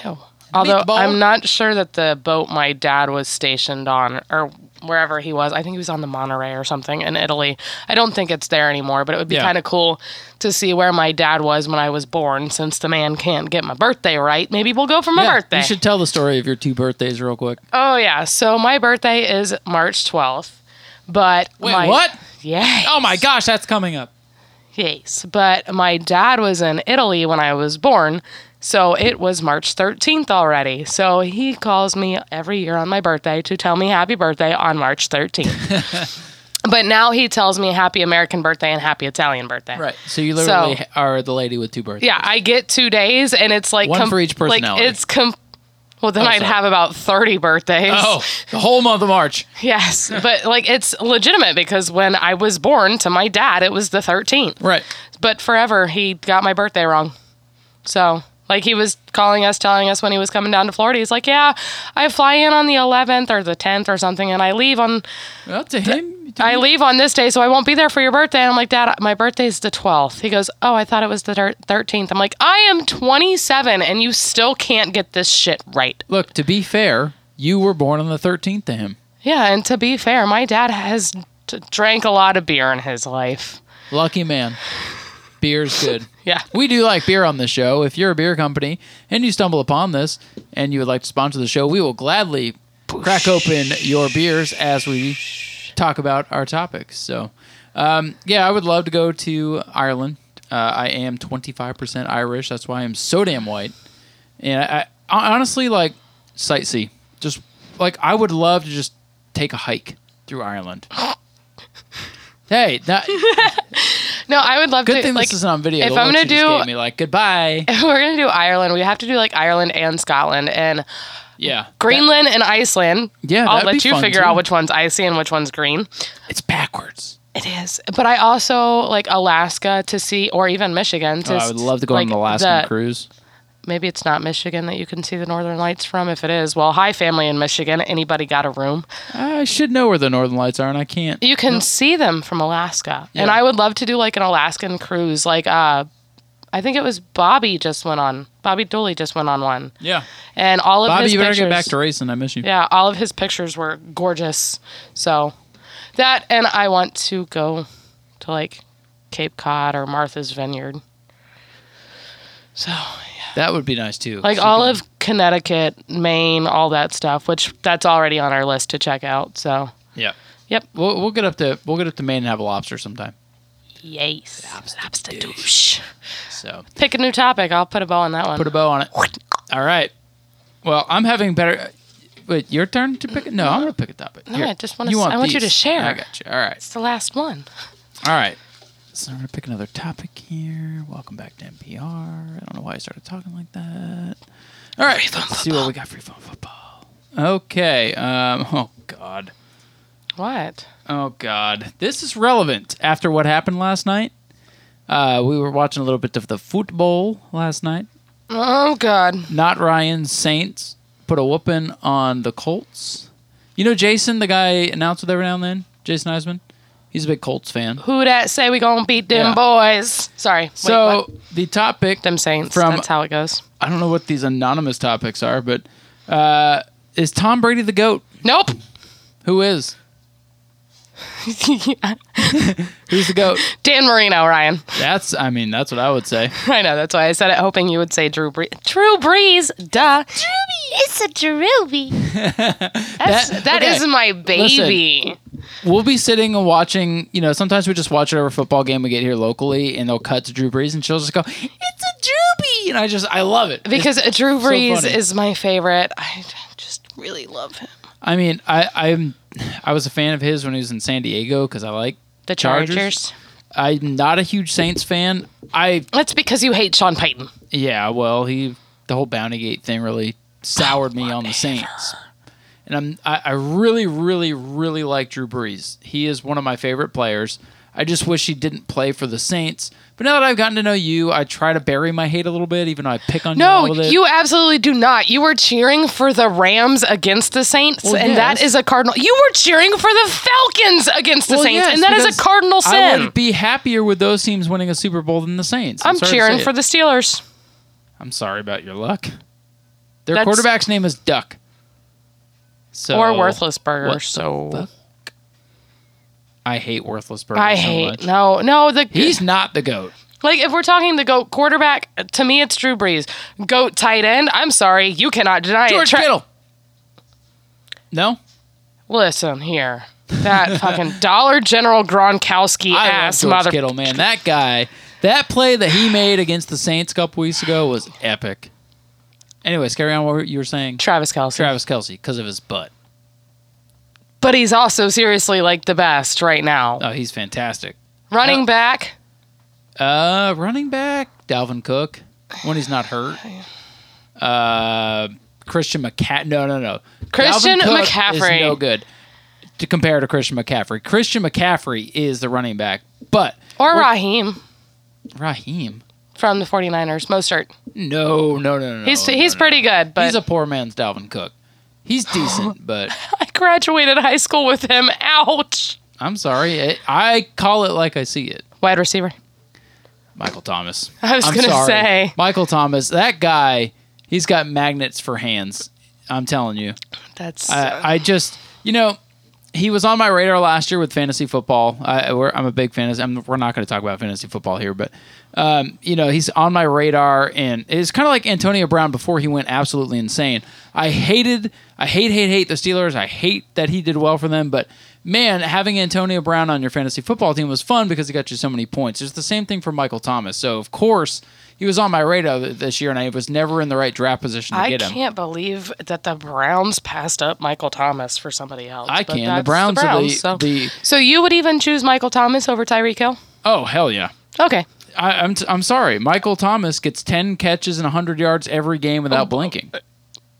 Speaker 2: Ew. Although
Speaker 1: Meatball.
Speaker 2: I'm not sure that the boat my dad was stationed on or wherever he was, I think he was on the Monterey or something in Italy. I don't think it's there anymore, but it would be
Speaker 1: Yeah.
Speaker 2: kind of cool to see where my dad was when I was born since the man can't get my birthday right. Maybe we'll go for my
Speaker 1: Yeah,
Speaker 2: birthday.
Speaker 1: You should tell the story of your two birthdays real quick.
Speaker 2: Oh, yeah. So my birthday is March 12th, but.
Speaker 1: Wait,
Speaker 2: my-
Speaker 1: what?
Speaker 2: Yeah.
Speaker 1: Oh my gosh, that's coming up.
Speaker 2: Yes, but my dad was in Italy when I was born, so it was March 13th already. So he calls me every year on my birthday to tell me happy birthday on March 13th. but now he tells me happy American birthday and happy Italian birthday.
Speaker 1: Right. So you literally
Speaker 2: So-
Speaker 1: are the lady with two birthdays.
Speaker 2: Yeah, I get two days, and it's like
Speaker 1: One for each
Speaker 2: Like
Speaker 1: personality.
Speaker 2: it's com. Well, then
Speaker 1: Oh,
Speaker 2: I'd
Speaker 1: sorry.
Speaker 2: have about 30 birthdays.
Speaker 1: Oh, the whole month of March.
Speaker 2: Yes, but like it's legitimate because when I was born to my dad, it was the 13th.
Speaker 1: Right.
Speaker 2: but forever he got my birthday wrong. So, like he was calling us, telling us when he was coming down to Florida, he's like, "Yeah, I fly in on the 11th or the 10th or something, and I leave on
Speaker 1: Well, to him. to
Speaker 2: I
Speaker 1: you.
Speaker 2: leave on this day, so I won't be there for your birthday." And I'm like, "Dad, my birthday's the 12th." He goes, "Oh, I thought it was the thir- 13th." I'm like, "I am 27, and you still can't get this shit right."
Speaker 1: Look, to be fair, you were born on the 13th to him.
Speaker 2: Yeah, and to be fair, my dad has t- drank a lot of beer in his life.
Speaker 1: Lucky man. Beer's good.
Speaker 2: Yeah.
Speaker 1: We do like beer on the show. If you're a beer company and you stumble upon this and you would like to sponsor the show, we will gladly crack open your beers as we talk about our topics. So, um, yeah, I would love to go to Ireland. Uh, I am 25% Irish. That's why I'm so damn white. And I, I honestly like sightsee. Just like I would love to just take a hike through Ireland. hey, that,
Speaker 2: No, I would love to
Speaker 1: good thing
Speaker 2: like
Speaker 1: this isn't on video.
Speaker 2: if
Speaker 1: The
Speaker 2: I'm
Speaker 1: look she
Speaker 2: gonna
Speaker 1: just
Speaker 2: do-
Speaker 1: gave me like goodbye.
Speaker 2: we're gonna do Ireland. We have to do like Ireland and Scotland and
Speaker 1: Yeah,
Speaker 2: Greenland and Iceland.
Speaker 1: Yeah,
Speaker 2: I'll
Speaker 1: that'd
Speaker 2: let
Speaker 1: be
Speaker 2: you
Speaker 1: fun,
Speaker 2: figure
Speaker 1: too.
Speaker 2: out which one's icy and which one's green.
Speaker 1: That- it's backwards.
Speaker 2: It is, but I also like Alaska to see, or even Michigan. To
Speaker 1: Oh, I would love to go
Speaker 2: like,
Speaker 1: on an Alaskan
Speaker 2: the-
Speaker 1: cruise.
Speaker 2: Maybe it's not Michigan that you can see the Northern Lights from. If it is, well, hi family in Michigan. Anybody got a room?
Speaker 1: I should know where the Northern Lights are, and I can't.
Speaker 2: You can see them from Alaska, and
Speaker 1: Yeah.
Speaker 2: I would love to do like an Alaskan cruise. Like, uh, I think it was Bobby just went on. Bobby Dooley just went on one,
Speaker 1: Yeah,
Speaker 2: and all of
Speaker 1: Bobby,
Speaker 2: his
Speaker 1: you better
Speaker 2: pictures,
Speaker 1: get back to racing. I miss you.
Speaker 2: Yeah, all of his pictures were gorgeous. So that and I want to go to like Cape Cod or Martha's Vineyard. So
Speaker 1: That would be nice too.
Speaker 2: like
Speaker 1: So you
Speaker 2: all
Speaker 1: can-
Speaker 2: of Connecticut, Maine, all that stuff, which that's already on our list to check out. So
Speaker 1: yeah.
Speaker 2: yep.
Speaker 1: We'll, we'll get up to we'll get up to Maine and have a lobster sometime.
Speaker 2: Yes. Lobster douche.
Speaker 1: So
Speaker 2: Pick a new topic. I'll put a bow on that one.
Speaker 1: put a bow on it. All right. Well, I'm having better. Wait, your turn to pick it. No, I'm gonna pick a topic.
Speaker 2: No, I just wanna s- I want you to
Speaker 1: these.
Speaker 2: share.
Speaker 1: I got you. All right.
Speaker 2: it's the last one.
Speaker 1: All right. So I'm going to pick another topic here. Welcome back to NPR. I don't know why I started talking like that. All right. let's see what we got for phone football. Okay. Um, oh, God.
Speaker 2: What?
Speaker 1: Oh, God. This is relevant after what happened last night. Uh, we were watching a little bit of the football last night.
Speaker 2: Oh God.
Speaker 1: Not Ryan Saints put a whooping on the Colts. You know Jason, the guy announced with every now and then? Jason Eisman? He's a big Colts fan.
Speaker 2: Who that say we gonna beat them
Speaker 1: Yeah.
Speaker 2: boys? Sorry. Wait,
Speaker 1: So
Speaker 2: what?
Speaker 1: the topic
Speaker 2: them Saints.
Speaker 1: from-
Speaker 2: that's how it goes.
Speaker 1: I don't know what these anonymous topics are, but uh, is Tom Brady the goat?
Speaker 2: Nope.
Speaker 1: Who is? Who's the goat?
Speaker 2: Dan Marino, Ryan.
Speaker 1: That's I mean that's what I would say.
Speaker 2: I know that's why I said it, hoping you would say Drew Brees. Drew Brees, duh. It's a Drewby. That's,
Speaker 1: That-
Speaker 2: that
Speaker 1: okay.
Speaker 2: is my baby.
Speaker 1: We'll be sitting and watching. You know, sometimes we just watch whatever football game we get here locally, and they'll cut to Drew Brees, and she'll just go, "It's a Drewby," and I just I love it
Speaker 2: Because Drew
Speaker 1: so
Speaker 2: Brees
Speaker 1: funny.
Speaker 2: is my favorite. I just really love him.
Speaker 1: I mean, I I'm I was a fan of his when he was in San Diego because I like
Speaker 2: The
Speaker 1: Chargers?
Speaker 2: Chargers.
Speaker 1: I'm not a huge Saints fan. I
Speaker 2: That's because you hate Sean Payton.
Speaker 1: yeah, well he the whole Bounty Gate thing really soured me on the Saints. And I'm I, I really, really, really like Drew Brees. He is one of my favorite players. I just wish he didn't play for the Saints. But now that I've gotten to know you, I try to bury my hate a little bit, even though I pick on you a
Speaker 2: No,
Speaker 1: little bit.
Speaker 2: you absolutely do not. You were cheering for the Rams against the Saints,
Speaker 1: Well,
Speaker 2: and
Speaker 1: yes.
Speaker 2: that is a cardinal. You were cheering for the Falcons against the
Speaker 1: Well,
Speaker 2: Saints,
Speaker 1: yes,
Speaker 2: and that is
Speaker 1: because
Speaker 2: a cardinal
Speaker 1: I
Speaker 2: sin.
Speaker 1: would be happier with those teams winning a Super Bowl than the Saints.
Speaker 2: I'm
Speaker 1: sorry to
Speaker 2: cheering
Speaker 1: say
Speaker 2: for
Speaker 1: it.
Speaker 2: the Steelers.
Speaker 1: I'm sorry about your luck. Their
Speaker 2: That's-
Speaker 1: quarterback's name is Duck. So
Speaker 2: or worthless burger.
Speaker 1: what the
Speaker 2: so
Speaker 1: fuck? I hate worthless burgers.
Speaker 2: I
Speaker 1: so
Speaker 2: hate
Speaker 1: much.
Speaker 2: no, no. The
Speaker 1: He's not the goat.
Speaker 2: like if we're talking the goat quarterback, to me it's Drew Brees. Goat tight end. I'm sorry, you cannot deny
Speaker 1: George
Speaker 2: it. Tra-
Speaker 1: Kittle. No,
Speaker 2: Listen here, that fucking Dollar General
Speaker 1: I
Speaker 2: Gronkowski
Speaker 1: love
Speaker 2: ass
Speaker 1: George
Speaker 2: mother.
Speaker 1: Kittle, man. That guy, that play that he made against the Saints a couple weeks ago was epic. Anyways, carry on what were- you were saying.
Speaker 2: Travis Kelsey.
Speaker 1: Travis Kelsey, because of his butt.
Speaker 2: But he's also seriously like the best right now.
Speaker 1: Oh, he's fantastic.
Speaker 2: Running
Speaker 1: uh,
Speaker 2: back,
Speaker 1: Uh, running back Dalvin Cook when he's not hurt. Uh, Christian McCaffrey. No, no, no.
Speaker 2: Christian
Speaker 1: Dalvin Cook
Speaker 2: McCaffrey.
Speaker 1: is no good to compare to Christian McCaffrey. Christian McCaffrey is the running back, but
Speaker 2: or Raheem
Speaker 1: Raheem.
Speaker 2: from the 49ers, Mostert.
Speaker 1: No, no, no, no.
Speaker 2: He's
Speaker 1: no,
Speaker 2: he's
Speaker 1: Oh, no.
Speaker 2: pretty good, but
Speaker 1: He's a poor man's Dalvin Cook. He's decent, but
Speaker 2: I graduated high school with him. Ouch.
Speaker 1: I'm sorry. I, I call it like I see it.
Speaker 2: Wide receiver.
Speaker 1: Michael Thomas.
Speaker 2: I was
Speaker 1: I'm
Speaker 2: gonna
Speaker 1: sorry.
Speaker 2: say.
Speaker 1: Michael Thomas. That guy, he's got magnets for hands. I'm telling you.
Speaker 2: That's
Speaker 1: Uh, I, I just, you know, he was on my radar last year with fantasy football. I, we're, I'm a big fantasy. I'm, we're not going to talk about fantasy football here, but um, you know, he's on my radar, and it's kind of like Antonio Brown before he went absolutely insane. I hated, I hate, hate, hate the Steelers. I hate that he did well for them, but man, having Antonio Brown on your fantasy football team was fun because he got you so many points. It's the same thing for Michael Thomas. So of course. He was on my radar th- this year, and I was never in the right draft position to
Speaker 2: I
Speaker 1: get him.
Speaker 2: can't believe that the Browns passed up Michael Thomas for somebody else.
Speaker 1: I
Speaker 2: but
Speaker 1: can. The
Speaker 2: that's
Speaker 1: Browns are the-
Speaker 2: so.
Speaker 1: the-
Speaker 2: so you would even choose Michael Thomas over Tyreek Hill?
Speaker 1: Oh hell yeah!
Speaker 2: Okay.
Speaker 1: I, I'm t- I'm sorry. Michael Thomas gets ten catches and hundred yards every game
Speaker 2: Oh,
Speaker 1: without blinking.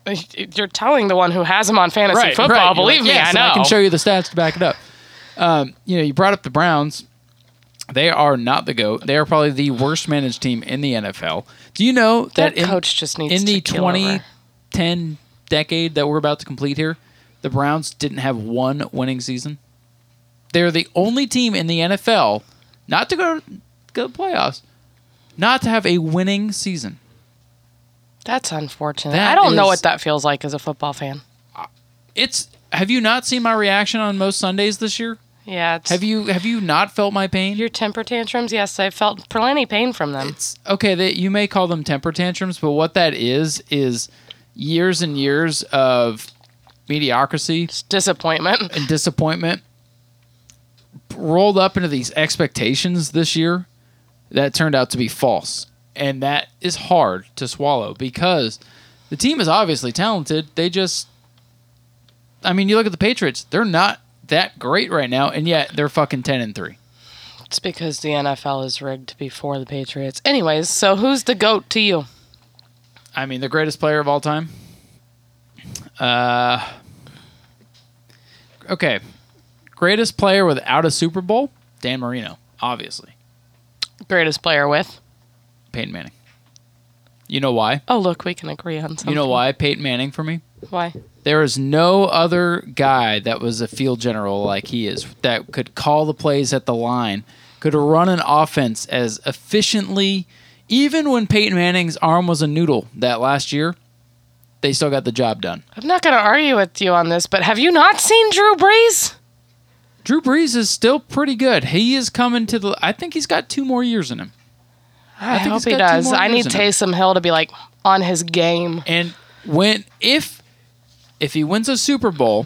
Speaker 2: uh, You're telling the one who has him on fantasy football.
Speaker 1: You're
Speaker 2: Believe
Speaker 1: like,
Speaker 2: me,
Speaker 1: "Yes,
Speaker 2: I know.
Speaker 1: and I can show you the stats to back it up. Um, you know, you brought up the Browns. They are not the goat. They are probably the worst managed team in the NFL. Do you know
Speaker 2: Their
Speaker 1: that in,
Speaker 2: coach just needs
Speaker 1: in
Speaker 2: to
Speaker 1: the
Speaker 2: kill
Speaker 1: 10 decade that we're about to complete here, the Browns didn't have one winning season. They're the only team in the NFL not to go go to playoffs, not to have a winning season.
Speaker 2: That's unfortunate.
Speaker 1: That
Speaker 2: I don't know
Speaker 1: is-
Speaker 2: what that feels like as a football fan.
Speaker 1: It's have you not seen my reaction on most Sundays this year?
Speaker 2: Yeah. It's,
Speaker 1: Have you have you not felt my pain?
Speaker 2: your temper tantrums? Yes, I felt plenty pain from them.
Speaker 1: it's okay that you may call them temper tantrums, but what that is is years and years of mediocrity
Speaker 2: It's disappointment.
Speaker 1: and disappointment rolled up into these expectations this year that turned out to be false. And that is hard to swallow because the team is obviously talented. They just I mean, you look at the Patriots, they're not that great right now, and yet they're fucking ten and three.
Speaker 2: It's because the NFL is rigged before the Patriots. Anyways, so who's the goat to you?
Speaker 1: I mean, the greatest player of all time. Uh, okay, greatest player without a Super Bowl, Dan Marino, obviously.
Speaker 2: Greatest player with?
Speaker 1: Peyton Manning. You know why?
Speaker 2: Oh, look, we can agree on something.
Speaker 1: You know why Peyton Manning for me?
Speaker 2: Why?
Speaker 1: There is no other guy that was a field general like he is that could call the plays at the line, could run an offense as efficiently. Even when Peyton Manning's arm was a noodle that last year, they still got the job done.
Speaker 2: I'm not going to argue with you on this, but have you not seen Drew Brees?
Speaker 1: Drew Brees is still pretty good. He is coming to the. I think he's got two more years in him.
Speaker 2: I,
Speaker 1: think
Speaker 2: hope
Speaker 1: he's
Speaker 2: he
Speaker 1: got two
Speaker 2: does.
Speaker 1: more
Speaker 2: I
Speaker 1: years
Speaker 2: need
Speaker 1: in him.
Speaker 2: Taysom Hill to be like on his game.
Speaker 1: And when if if he wins a Super Bowl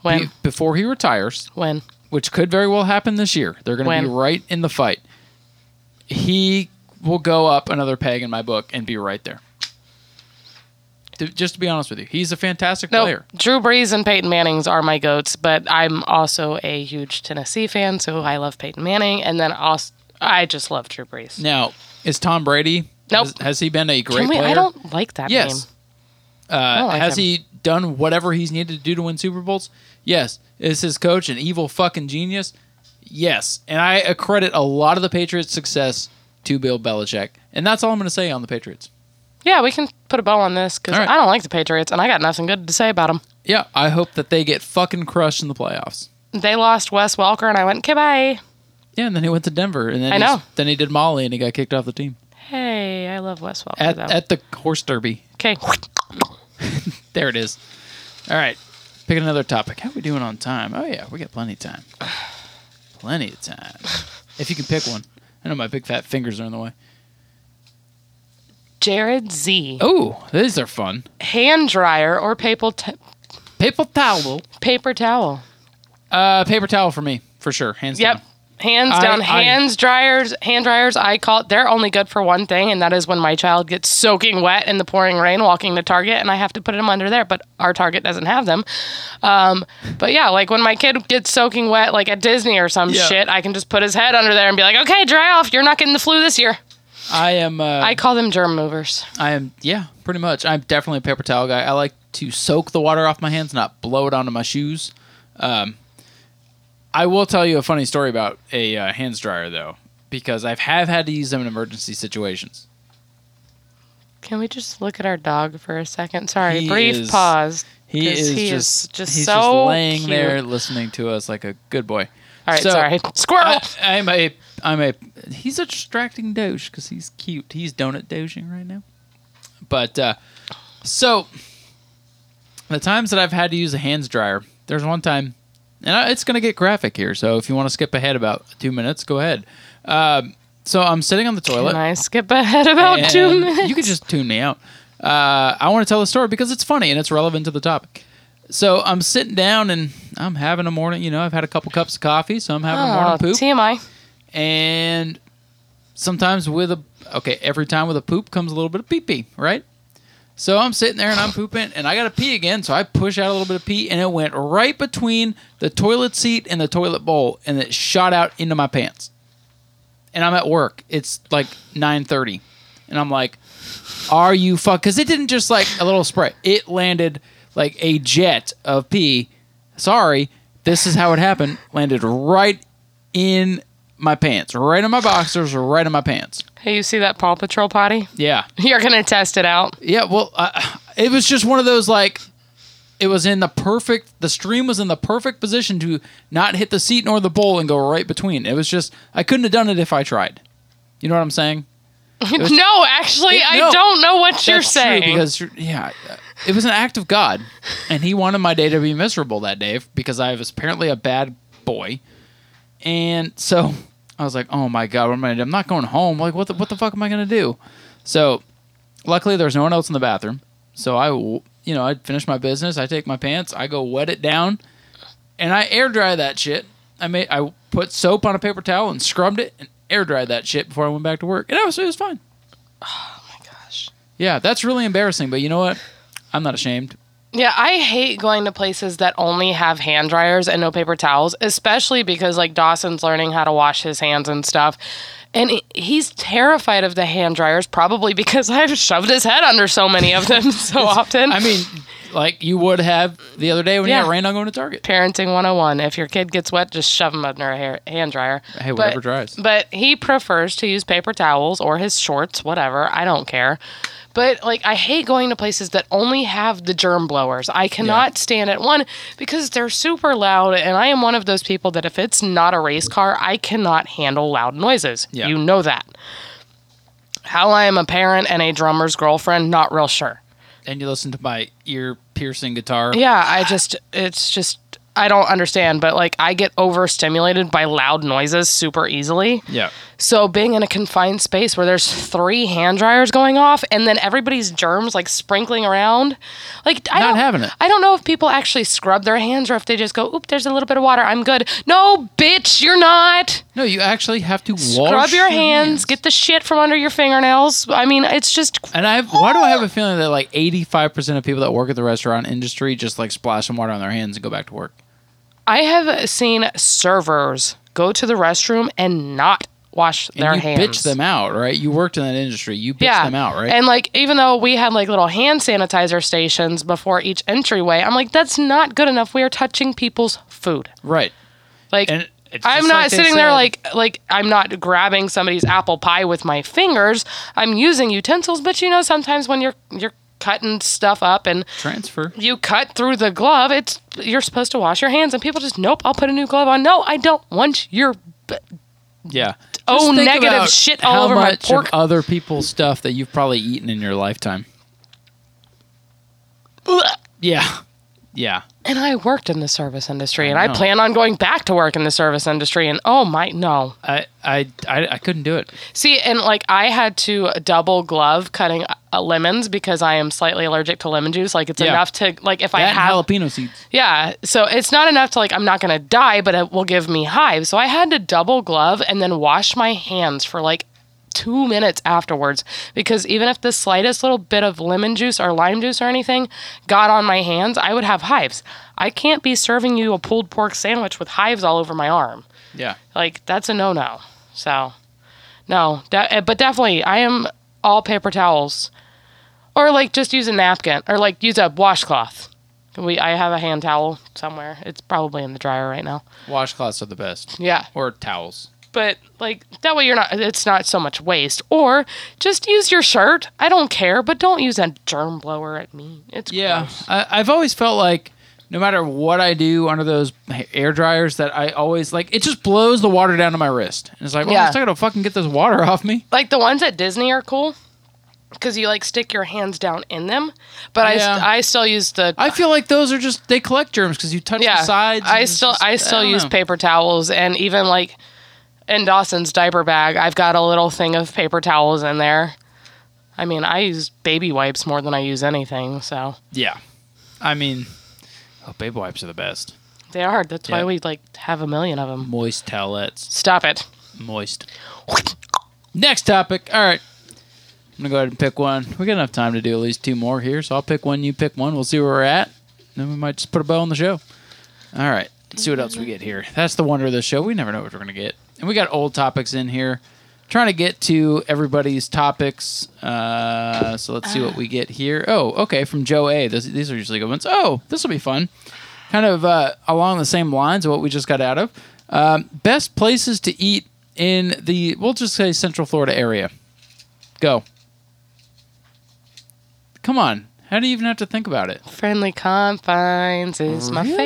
Speaker 2: When?
Speaker 1: be- before he retires,
Speaker 2: when?
Speaker 1: which could very well happen this year. They're going to be
Speaker 2: When?
Speaker 1: right in the fight. He will go up another peg in my book and be right there. To- Just to be honest with you, he's a fantastic
Speaker 2: No,
Speaker 1: player.
Speaker 2: Drew Brees and Peyton Manning's are my goats, but I'm also a huge Tennessee fan, so I love Peyton Manning, and then also I just love Drew Brees.
Speaker 1: Now, is Tom Brady
Speaker 2: Nope.
Speaker 1: Has, has he been a great
Speaker 2: Can we,
Speaker 1: player?
Speaker 2: I don't like that
Speaker 1: Yes.
Speaker 2: name.
Speaker 1: Uh,
Speaker 2: don't like
Speaker 1: has
Speaker 2: him.
Speaker 1: he done whatever he's needed to do to win Super Bowls? Yes. Is his coach an evil fucking genius? Yes. And I accredit a lot of the Patriots' success to Bill Belichick. And that's all I'm going to say on the Patriots.
Speaker 2: Yeah, we can put a bow on this because
Speaker 1: All right.
Speaker 2: I don't like the Patriots and I got nothing good to say about them.
Speaker 1: Yeah, I hope that they get fucking crushed in the playoffs.
Speaker 2: They lost Wes Welker and I went, okay, bye.
Speaker 1: Yeah, and then he went to Denver, and then
Speaker 2: I
Speaker 1: he's-
Speaker 2: know.
Speaker 1: Then he did Molly, and he got kicked off the team
Speaker 2: Hey, I love Wes Welker
Speaker 1: at
Speaker 2: though.
Speaker 1: at the horse derby.
Speaker 2: okay.
Speaker 1: There it is. All right, pick another topic. How we doing on time? Oh yeah, we got plenty of time. Plenty of time. If you can pick one. I know my big fat fingers are in the way.
Speaker 2: Jared Z.
Speaker 1: Oh, these are fun.
Speaker 2: Hand dryer or paper t-
Speaker 1: Paper towel.
Speaker 2: paper towel.
Speaker 1: Uh, paper towel for me for sure. Hands
Speaker 2: Yep.
Speaker 1: down.
Speaker 2: Hands
Speaker 1: I-
Speaker 2: down,
Speaker 1: I-
Speaker 2: hands dryers, hand dryers. I call it. They're only good for one thing, and that is when my child gets soaking wet in the pouring rain walking to Target, and I have to put him under there. But our Target doesn't have them. Um, but yeah, like when my kid gets soaking wet, like at Disney or some
Speaker 1: Yeah.
Speaker 2: shit, I can just put his head under there and be like, "Okay, dry off. You're not getting the flu this year."
Speaker 1: I am. Uh,
Speaker 2: I
Speaker 1: I,
Speaker 2: call them germ movers.
Speaker 1: am. Yeah, pretty much. I'm definitely a paper towel guy. I like to soak the water off my hands, not blow it onto my shoes. Um, I will tell you a funny story about a uh, hands dryer though, because I've have had to use them in emergency situations.
Speaker 2: Can we just look at our dog for a second? Sorry,
Speaker 1: He
Speaker 2: brief
Speaker 1: is-
Speaker 2: pause.
Speaker 1: He
Speaker 2: 'cause
Speaker 1: is
Speaker 2: he is
Speaker 1: just
Speaker 2: just
Speaker 1: he's
Speaker 2: so
Speaker 1: just laying
Speaker 2: cute.
Speaker 1: there listening to us like a good boy.
Speaker 2: All right,
Speaker 1: So-
Speaker 2: sorry. Squirrel.
Speaker 1: I, I'm a I'm a he's a distracting doge because he's cute. He's donut doging right now. But uh, so the times that I've had to use a hands dryer, there's one time, and I, it's gonna get graphic here. So if you want to skip ahead about two minutes, go ahead. Um, so I'm sitting on the toilet.
Speaker 2: Can I skip ahead about two
Speaker 1: and
Speaker 2: minutes?
Speaker 1: You could just tune me out. Uh, I want to tell the story because it's funny and it's relevant to the topic. So I'm sitting down and I'm having a morning. You know, I've had a couple cups of coffee, so I'm having a
Speaker 2: Ah,
Speaker 1: morning poop
Speaker 2: TMI.
Speaker 1: and sometimes with a okay every time with a poop comes a little bit of pee pee right so i'm sitting there and i'm pooping and i gotta pee again so i push out a little bit of pee and it went right between the toilet seat and the toilet bowl and it shot out into my pants and i'm at work it's like 9.30 and i'm like are you fuck because it didn't just like a little spray it landed like a jet of pee sorry this is how it happened landed right in my pants right in my boxers right in my pants
Speaker 2: Hey, you see that Paw Patrol potty?
Speaker 1: yeah
Speaker 2: You're gonna test it out.
Speaker 1: yeah well I, it was just one of those like it was in the perfect the stream was in the perfect position to not hit the seat nor the bowl and go right between it was just i couldn't have done it if i tried you know what i'm saying
Speaker 2: no, actually,
Speaker 1: It-
Speaker 2: I
Speaker 1: no.
Speaker 2: don't know what you're
Speaker 1: That's true,
Speaker 2: saying.
Speaker 1: because you're- yeah, it was an act of God, and He wanted my day to be miserable that day because I was apparently a bad boy, and so I was like, oh my God, what am I? Gonna do? I'm not going home. Like, what the what the fuck am I gonna do? So, luckily, there's no one else in the bathroom, so I, w- you know, I finish my business. I take my pants, I go wet it down, and I air dry that shit. I made I put soap on a paper towel and scrubbed it and air dried that shit before I went back to work, and I was it was fine.
Speaker 2: Gosh.
Speaker 1: Yeah, that's really embarrassing, but you know what? I'm not ashamed.
Speaker 2: Yeah, I hate going to places that only have hand dryers and no paper towels, especially because like Dawson's learning how to wash his hands and stuff. And he- he's terrified of the hand dryers, probably because I've shoved his head under so many of them so often.
Speaker 1: I mean, like you would have the other day when you
Speaker 2: Yeah.
Speaker 1: got rain on going to Target.
Speaker 2: Parenting 101. If your kid gets wet, just shove them under a hair, hand dryer.
Speaker 1: Hey,
Speaker 2: But-
Speaker 1: whatever dries.
Speaker 2: But he prefers to use paper towels or his shorts, whatever. I don't care. But like, I hate going to places that only have the germ blowers. I cannot stand it. One, because they're super loud, and I am one of those people that if it's not a race car, I cannot handle loud noises.
Speaker 1: Yeah.
Speaker 2: You know that. How I am a parent and a drummer's girlfriend, not real sure.
Speaker 1: And you listen to my ear piercing guitar.
Speaker 2: Yeah, I just it's just I don't understand, but like I get overstimulated by loud noises super easily.
Speaker 1: Yeah.
Speaker 2: So being in a confined space where there's three hand dryers going off and then everybody's germs like sprinkling around, like I
Speaker 1: Not
Speaker 2: don't,
Speaker 1: having it.
Speaker 2: I don't know if people actually scrub their hands or if they just go, "Oop, there's a little bit of water. I'm good." No, bitch, you're not.
Speaker 1: No, you actually have to
Speaker 2: Scrub
Speaker 1: wash
Speaker 2: your hands, Get the shit from under your fingernails. I mean, it's just
Speaker 1: And I have, why do I have a feeling that like 85% of people that work at the restaurant industry just like splash some water on their hands and go back to work?
Speaker 2: I have seen servers go to the restroom and not wash
Speaker 1: And
Speaker 2: their
Speaker 1: you
Speaker 2: hands.
Speaker 1: bitch them out, right? You worked in that industry. You bitch them out, right?
Speaker 2: And like, even though we had like little hand sanitizer stations before each entryway, I'm like, that's not good enough. We are touching people's food.
Speaker 1: right.
Speaker 2: Like,
Speaker 1: And it's
Speaker 2: I'm
Speaker 1: just
Speaker 2: not
Speaker 1: like they
Speaker 2: sitting there
Speaker 1: said.
Speaker 2: like like I'm not grabbing somebody's apple pie with my fingers. I'm using utensils, but you know, sometimes when you're you're cutting stuff up and
Speaker 1: Transfer.
Speaker 2: you cut through the glove, it's you're supposed to wash your hands, and people just nope. I'll put a new glove on. No, I don't want your. b-
Speaker 1: Yeah.
Speaker 2: Oh,
Speaker 1: Just think
Speaker 2: negative
Speaker 1: about
Speaker 2: shit all
Speaker 1: how
Speaker 2: over my
Speaker 1: much of
Speaker 2: pork.
Speaker 1: other people's stuff that you've probably eaten in your lifetime.
Speaker 2: Ugh.
Speaker 1: Yeah. Yeah.
Speaker 2: And I worked in the service industry, and I
Speaker 1: know.
Speaker 2: plan on going back to work in the service industry. And oh my, no,
Speaker 1: I I I, I couldn't do it.
Speaker 2: See, and like I had to double glove cutting uh, lemons because I am slightly allergic to lemon juice. Like it's
Speaker 1: Yeah.
Speaker 2: enough to like if I
Speaker 1: That and
Speaker 2: have
Speaker 1: jalapeno seeds.
Speaker 2: yeah. So it's not enough to like I'm not gonna die, but it will give me hives. So I had to double glove and then wash my hands for like two minutes afterwards because even if the slightest little bit of lemon juice or lime juice or anything got on my hands, I would have hives. I can't be serving you a pulled pork sandwich with hives all over my arm
Speaker 1: Yeah.
Speaker 2: like that's a no no. So, no, de- uh, but definitely I am all paper towels, or like just use a napkin, or like use a washcloth. We I have a hand towel somewhere. It's probably in the dryer right now.
Speaker 1: Washcloths are the best.
Speaker 2: Yeah,
Speaker 1: Or towels.
Speaker 2: but like that way you're not. It's not so much waste. Or just use your shirt. I don't care, but don't use a germ blower at me. It's
Speaker 1: Yeah,
Speaker 2: gross.
Speaker 1: I, I've always felt like no matter what I do under those ha- air dryers, that I always like it just blows the water down to my wrist, and it's like, well,
Speaker 2: Yeah.
Speaker 1: I'm still gonna fucking get this water off me.
Speaker 2: Like the ones at Disney are cool. Cause you like stick your hands down in them, but I st-
Speaker 1: Yeah.
Speaker 2: I still use the
Speaker 1: I feel like those are just they collect germs because you touch the sides. and
Speaker 2: I
Speaker 1: it's
Speaker 2: still
Speaker 1: just-
Speaker 2: I still
Speaker 1: don't
Speaker 2: use
Speaker 1: know.
Speaker 2: paper towels and even like in Dawson's diaper bag, I've got a little thing of paper towels in there. I mean, I use baby wipes more than I use anything, so
Speaker 1: Yeah, I mean, oh, baby wipes are the best.
Speaker 2: they are. That's why
Speaker 1: Yeah.
Speaker 2: we like have a million of them.
Speaker 1: Moist towelettes,
Speaker 2: Stop it.
Speaker 1: moist. Next topic. All right. I'm going to go ahead and pick one. We got enough time to do at least two more here, so I'll pick one, you pick one. We'll see where we're at. Then we might just put a bow on the show. All right. Let's see what else we get here. That's the wonder of the show. We never know what we're going to get. And we got old topics in here. Trying to get to everybody's topics. Uh, so let's see what we get here. Oh, okay. From Joe A. This, these are usually good ones. Oh, this will be fun kind of uh, along the same lines of what we just got out of. Um, best places to eat in the we'll just say Central Florida area. Go. Come on, how do you even have to think about it?
Speaker 2: Friendly confines is my
Speaker 1: Really?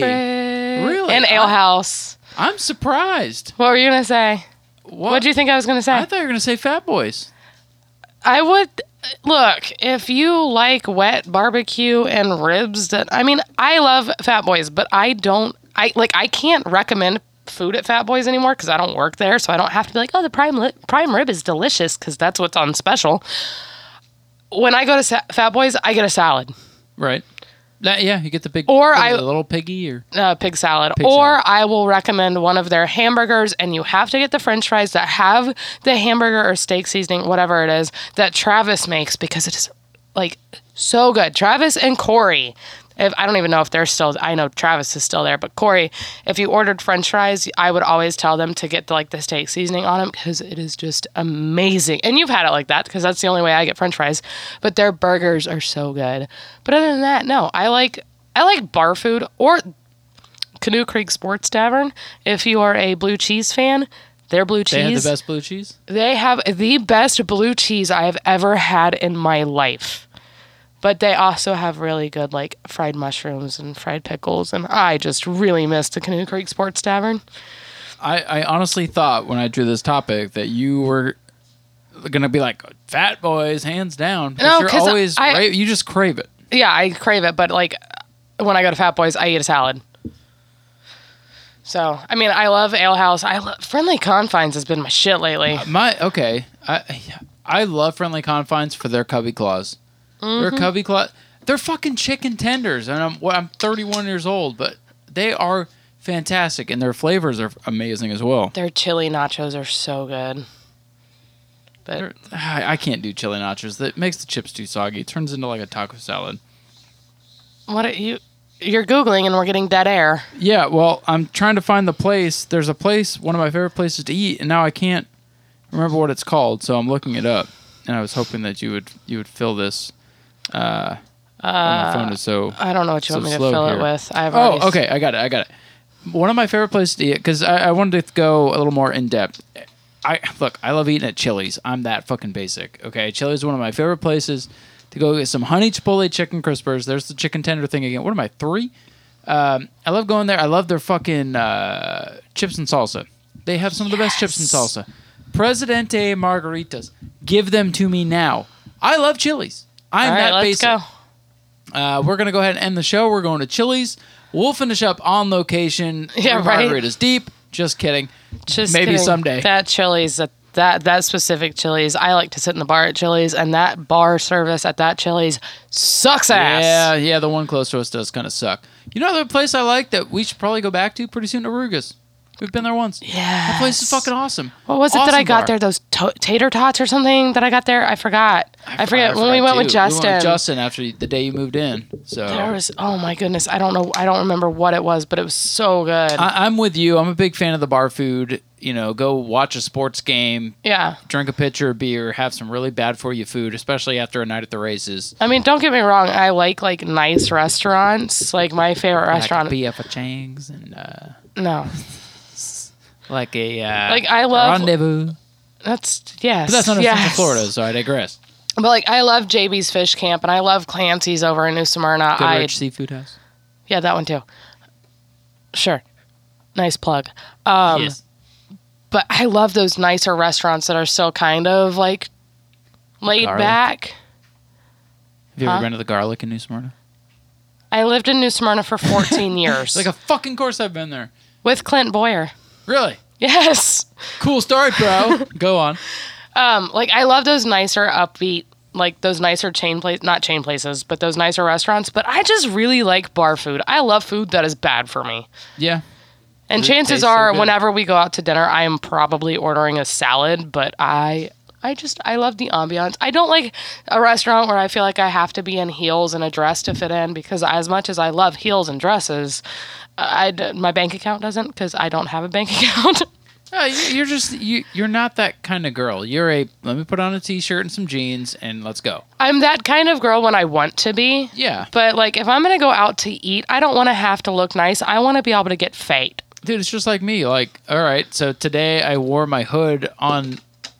Speaker 2: favorite.
Speaker 1: Really?
Speaker 2: And
Speaker 1: I-
Speaker 2: Ale House.
Speaker 1: I'm surprised.
Speaker 2: What were you gonna say?
Speaker 1: What?
Speaker 2: What'd you think I was gonna say?
Speaker 1: I thought you were gonna say Fat Boys.
Speaker 2: I would look if you like wet barbecue and ribs. That I mean, I love Fat Boys, but I don't. I like. I can't recommend food at Fat Boys anymore because I don't work there, so I don't have to be like, oh, the prime li- prime rib is delicious because that's what's on special. When I go to sa- Fat Boys, I get a salad,
Speaker 1: Right. That, yeah, you get the big
Speaker 2: Or
Speaker 1: what is
Speaker 2: I-
Speaker 1: it, little piggy or
Speaker 2: uh, pig salad,
Speaker 1: Pig
Speaker 2: or
Speaker 1: salad.
Speaker 2: I will recommend one of their hamburgers, and you have to get the French fries that have the hamburger or steak seasoning, whatever it is, that Travis makes because it is like so good. Travis and Corey. If, I don't even know if they're still. I know Travis is still there, but Corey, if you ordered French fries, I would always tell them to get the, like the steak seasoning on them because it is just amazing. And you've had it like that because that's the only way I get French fries. But their burgers are so good. But other than that, no, I like I like bar food or Canoe Creek Sports Tavern. If you are a blue cheese fan, their blue cheese
Speaker 1: they had the best blue cheese.
Speaker 2: they have the best blue cheese I have ever had in my life. But they also have really good like fried mushrooms and fried pickles and I just really miss the Canoe Creek Sports Tavern.
Speaker 1: I, I honestly thought when I drew this topic that you were gonna be like Fat Boys, hands down.
Speaker 2: No,
Speaker 1: you're
Speaker 2: 'cause
Speaker 1: always
Speaker 2: I-
Speaker 1: right. You just crave it.
Speaker 2: Yeah, I crave it, but like when I go to Fat Boys, I eat a salad. So, I mean, I love Ale House. I love Friendly Confines has been my shit lately.
Speaker 1: My okay, I I love friendly confines for their cubby claws. Their cubby claw, they're fucking chicken tenders, and I'm well, I'm 31 years old, but they are fantastic, and their flavors are amazing as well.
Speaker 2: Their chili nachos are so good. But
Speaker 1: I, I can't do chili nachos. That makes the chips too soggy. It turns into like a taco salad.
Speaker 2: what are you you're googling and we're getting dead air.
Speaker 1: Yeah, well, I'm trying to find the place. There's a place, one of my favorite places to eat, and now I can't remember what it's called, so I'm looking it up, and I was hoping that you would you would fill this. Uh, uh, my phone is so.
Speaker 2: I don't know what you
Speaker 1: so
Speaker 2: want me to
Speaker 1: slow
Speaker 2: fill
Speaker 1: here.
Speaker 2: it with. I've already s-
Speaker 1: Oh, okay, I got it. I got it. One of my favorite places to eat because I, I wanted to go a little more in depth. I look, I love eating at Chili's. I'm that fucking basic. Okay, Chili's is one of my favorite places to go get some honey chipotle chicken crispers. There's the chicken tender thing again. What am I three? Um, I love going there. I love their fucking uh, chips and salsa. They have some of the best chips and
Speaker 2: Yes.
Speaker 1: salsa. Presidente margaritas. Give them to me now. I love Chili's. I'm
Speaker 2: All right,
Speaker 1: that
Speaker 2: let's
Speaker 1: basic.
Speaker 2: go.
Speaker 1: Uh, we're gonna go ahead and end the show. We're going to Chili's. We'll finish up on location.
Speaker 2: Yeah,
Speaker 1: Three
Speaker 2: right.
Speaker 1: Margaritas deep. Just kidding.
Speaker 2: Just
Speaker 1: Maybe
Speaker 2: kidding.
Speaker 1: someday.
Speaker 2: That Chili's that that that specific Chili's. I like to sit in the bar at Chili's, and that bar service at that Chili's sucks ass.
Speaker 1: Yeah, yeah. The one close to us does kind of suck. You know, the place I like that we should probably go back to pretty soon. Arugas. We've been there once.
Speaker 2: Yes.
Speaker 1: That place is fucking awesome.
Speaker 2: What was it that I
Speaker 1: Awesome
Speaker 2: got
Speaker 1: bar.
Speaker 2: there? Those to- tater tots or something that I got there? I forgot. I, forget.
Speaker 1: I
Speaker 2: when we went with
Speaker 1: too.
Speaker 2: Justin,
Speaker 1: Justin after the day you moved in. So
Speaker 2: there was oh my goodness, I don't know, I don't remember what it was, but it was so good.
Speaker 1: I, I'm with you. I'm a big fan of the bar food. You know, go watch a sports game,
Speaker 2: yeah.
Speaker 1: drink a pitcher of beer, have some really bad for you food, especially after a night at the races.
Speaker 2: I mean, don't get me wrong. I like like nice restaurants. Like my favorite restaurant.
Speaker 1: Like a BF Chang's and uh,
Speaker 2: no,
Speaker 1: like a uh,
Speaker 2: Like, I love-
Speaker 1: rendezvous.
Speaker 2: that's yes.
Speaker 1: But that's not in
Speaker 2: yes.
Speaker 1: Central Florida, so I digress.
Speaker 2: But like, I love JB's Fish Camp, and I love Clancy's over in New Smyrna.
Speaker 1: Good
Speaker 2: I
Speaker 1: Rich Seafood House.
Speaker 2: yeah, that one too. Sure, nice plug. Um,
Speaker 1: yes.
Speaker 2: But I love those nicer restaurants that are still kind of like laid
Speaker 1: Garlic.
Speaker 2: back.
Speaker 1: Have you ever
Speaker 2: huh?
Speaker 1: been to the Garlic in New Smyrna?
Speaker 2: I lived in New Smyrna for 14
Speaker 1: It's
Speaker 2: years
Speaker 1: like a fucking course I've been there.
Speaker 2: with Clint Boyer.
Speaker 1: Really
Speaker 2: Yes.
Speaker 1: cool story, bro. Go on.
Speaker 2: Um, like I love those nicer upbeat, like those nicer chain place, not chain places, but those nicer restaurants. But I just really like bar food. I love food that is bad for me.
Speaker 1: Yeah,
Speaker 2: And
Speaker 1: Does it taste
Speaker 2: chances
Speaker 1: so
Speaker 2: are,
Speaker 1: good?
Speaker 2: whenever we go out to dinner, I am probably ordering a salad. But I, I just I love the ambiance. I don't like a restaurant where I feel like I have to be in heels and a dress to fit in because as much as I love heels and dresses, I I- my bank account doesn't because I don't have a bank account.
Speaker 1: Uh, you- you're just you. You're not that kind of girl. You're a let me put on a t-shirt and some jeans and let's go.
Speaker 2: I'm that kind of girl when I want to be.
Speaker 1: Yeah,
Speaker 2: But like, if I'm gonna go out to eat, I don't want to have to look nice. I want to be able to get fate.
Speaker 1: dude, it's just like me. Like, all right, so today I wore my hood on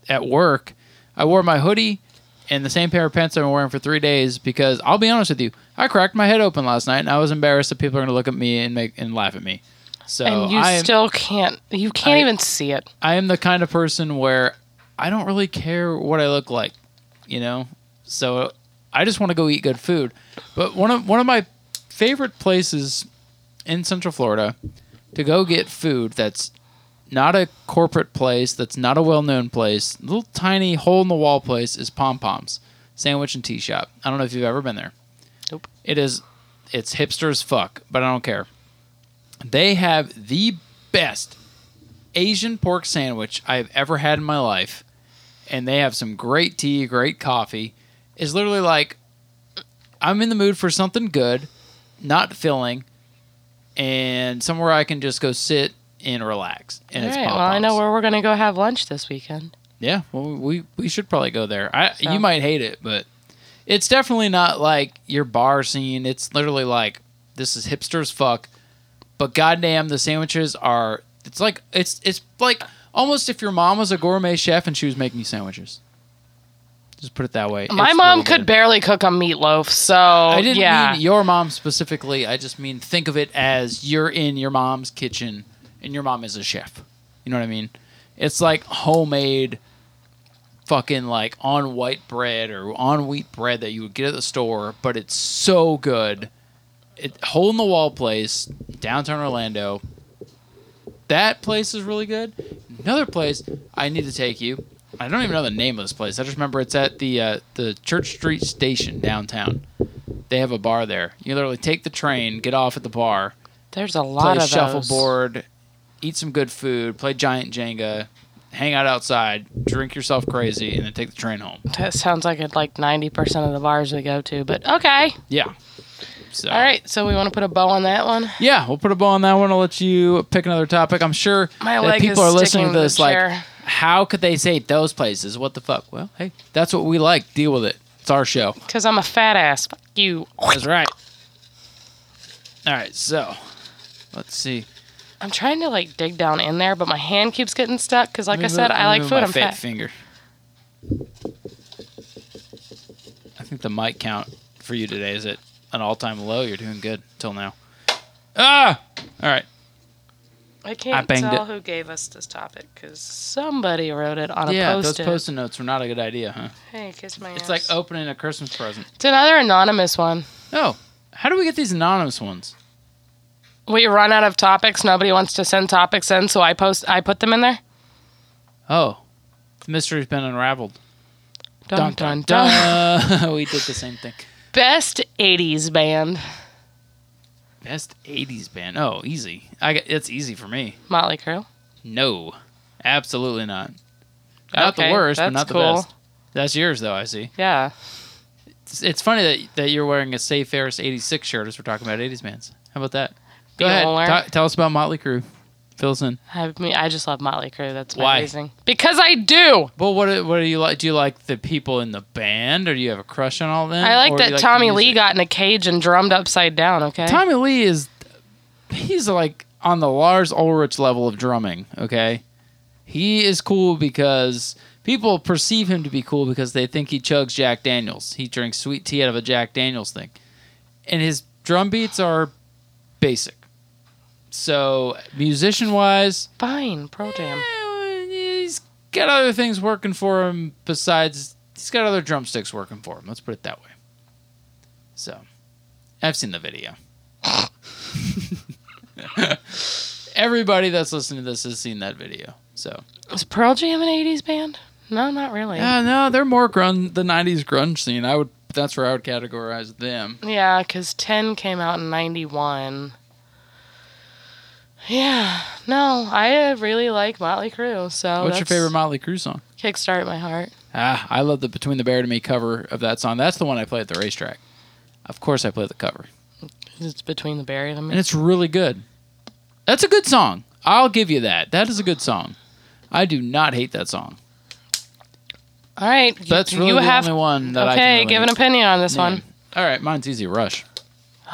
Speaker 1: at work. I wore my hoodie and the same pair of pants I've been wearing for three days because I'll be honest with you, I cracked my head open last night and I was embarrassed that people are going to look at me and make and laugh at me. So
Speaker 2: And you
Speaker 1: Oh, I am,
Speaker 2: still can't. You can't
Speaker 1: I-
Speaker 2: even see it.
Speaker 1: I am the kind of person where I don't really care what I look like, you know. So I just want to go eat good food. But one of one of my favorite places in Central Florida to go get food that's not a corporate place, that's not a well-known place, little tiny hole-in-the-wall place is Pom Poms Sandwich and Tea Shop. I don't know if you've ever been there.
Speaker 2: Nope.
Speaker 1: It is it's hipster as fuck, but I don't care. They have the best Asian pork sandwich I've ever had in my life, and they have some great tea, great coffee. It's literally like I'm in the mood for something good, not filling, and somewhere I can just go sit and relax. And
Speaker 2: All
Speaker 1: it's
Speaker 2: right. Well, I
Speaker 1: Pom-Poms.
Speaker 2: know where we're gonna go have lunch this weekend.
Speaker 1: Yeah, well, we we should probably go there. I
Speaker 2: So.
Speaker 1: you might hate it, but it's definitely not like your bar scene. It's literally like this is hipster as fuck, but goddamn, the sandwiches are. It's like it's it's like almost if your mom was a gourmet chef and she was making you sandwiches. Just put it that way.
Speaker 2: My
Speaker 1: It's
Speaker 2: mom
Speaker 1: really
Speaker 2: could
Speaker 1: good.
Speaker 2: barely cook a meatloaf, so
Speaker 1: I didn't
Speaker 2: yeah.
Speaker 1: mean your mom specifically. I just mean think of it as you're in your mom's kitchen and your mom is a chef. You know what I mean? It's like homemade fucking like on white bread or on wheat bread that you would get at the store, but it's so good. It hole in the wall place, downtown Orlando. That place is really good. Another place I need to take you. I don't even know the name of this place. I just remember it's at the uh, the Church Street station downtown. They have a bar there. You literally take the train, get off at the bar,
Speaker 2: There's a lot
Speaker 1: play
Speaker 2: of those.
Speaker 1: shuffleboard, eat some good food, play giant Jenga, hang out outside, drink yourself crazy, and then take the train home.
Speaker 2: That sounds like it, like 90% of the bars we go to, but okay.
Speaker 1: Yeah. So,
Speaker 2: All right. So we want to put a bow on that one.
Speaker 1: Yeah, we'll put a ball on that one. I'll let you pick another topic. I'm sure
Speaker 2: My
Speaker 1: that
Speaker 2: leg
Speaker 1: people are
Speaker 2: is
Speaker 1: listening to
Speaker 2: sticking to
Speaker 1: this
Speaker 2: the
Speaker 1: like,
Speaker 2: chair.
Speaker 1: how could they say those places? What the fuck? Well, hey, that's what we like. Deal with it. It's our show.
Speaker 2: Because I'm a fat ass. Fuck you.
Speaker 1: That's right. All right, so let's see.
Speaker 2: I'm trying to like dig down in there, but my hand keeps getting stuck because, like
Speaker 1: Let me
Speaker 2: I said,
Speaker 1: move- let
Speaker 2: I
Speaker 1: me
Speaker 2: like
Speaker 1: move
Speaker 2: food.
Speaker 1: My
Speaker 2: I'm
Speaker 1: fat,
Speaker 2: fat.
Speaker 1: finger. I think the mic count for you today is at an all-time low. You're doing good till now. Ah! All right.
Speaker 2: I can't
Speaker 1: banged
Speaker 2: tell
Speaker 1: it.
Speaker 2: who gave us this topic because somebody wrote it on a
Speaker 1: yeah,
Speaker 2: post
Speaker 1: those
Speaker 2: it.
Speaker 1: post-it notes were not a good idea, huh?
Speaker 2: hey, kiss my
Speaker 1: It's
Speaker 2: ass.
Speaker 1: like oh. opening a Christmas present.
Speaker 2: It's another anonymous one.
Speaker 1: Oh, how do we get these anonymous ones?
Speaker 2: We run out of topics. Nobody wants to send topics in, so I post. I put them in there.
Speaker 1: Oh, the mystery's been unraveled.
Speaker 2: Dun dun dun.
Speaker 1: dun. we did the same thing.
Speaker 2: Best '80s band:
Speaker 1: Best '80s band. Oh, easy. I got, it's easy for me.
Speaker 2: Motley Crue.
Speaker 1: No, absolutely not. Not the
Speaker 2: Okay,
Speaker 1: worst, but
Speaker 2: that's
Speaker 1: not the
Speaker 2: cool.
Speaker 1: best. That's yours though. I see.
Speaker 2: Yeah,
Speaker 1: It's, it's funny that that you're wearing a Safe Ferris '86 shirt as we're talking about '80s bands. How about that? Go
Speaker 2: Bueller.
Speaker 1: ahead. Ta- tell us about Motley Crue. Fill us in.
Speaker 2: I mean, I just love Motley Crue. That's
Speaker 1: Why?
Speaker 2: amazing. Because I do.
Speaker 1: Well, what do- what do you like? Do you like the people in the band, or do you have a crush on all of them?
Speaker 2: I like
Speaker 1: Mm, Or do
Speaker 2: that
Speaker 1: you the
Speaker 2: Tommy Lee
Speaker 1: music?
Speaker 2: got in a cage and drummed upside down. Okay.
Speaker 1: Tommy Lee is he's like on the Lars Ulrich level of drumming, okay? He is cool because people perceive him to be cool because they think he chugs Jack Daniels. He drinks sweet tea out of a Jack Daniels thing. And his drum beats are basic. So, musician wise,
Speaker 2: Fine, Pro Jam.
Speaker 1: eh, he's got other things working for him besides he's got other drumsticks working for him. Let's put it that way. So, I've seen the video. Everybody that's listening to this has seen that video. So,
Speaker 2: Was Pearl Jam an '80s band? No, not really. Yeah,
Speaker 1: yeah, no, they're more grunge, the '90s grunge scene. I would, that's where I would categorize them.
Speaker 2: 'cause Ten came out in '91. Yeah, no, I uh, really like Motley Crue. So
Speaker 1: What's your
Speaker 2: Oh, that's-
Speaker 1: favorite Motley Crue song?
Speaker 2: Kickstart my heart.
Speaker 1: Ah, I love the "Between the Bear and Me" cover of that song. That's the one I play at the racetrack. Of course, I play the cover.
Speaker 2: It's between the berry and
Speaker 1: and
Speaker 2: the
Speaker 1: it's really good. That's a good song. I'll give you that. That is a good song. I do not hate that song.
Speaker 2: All right, you-
Speaker 1: That's really
Speaker 2: you
Speaker 1: the
Speaker 2: have
Speaker 1: only one that I
Speaker 2: okay.
Speaker 1: can really
Speaker 2: give an opinion on this
Speaker 1: name.
Speaker 2: one.
Speaker 1: All right, mine's Easy Rush.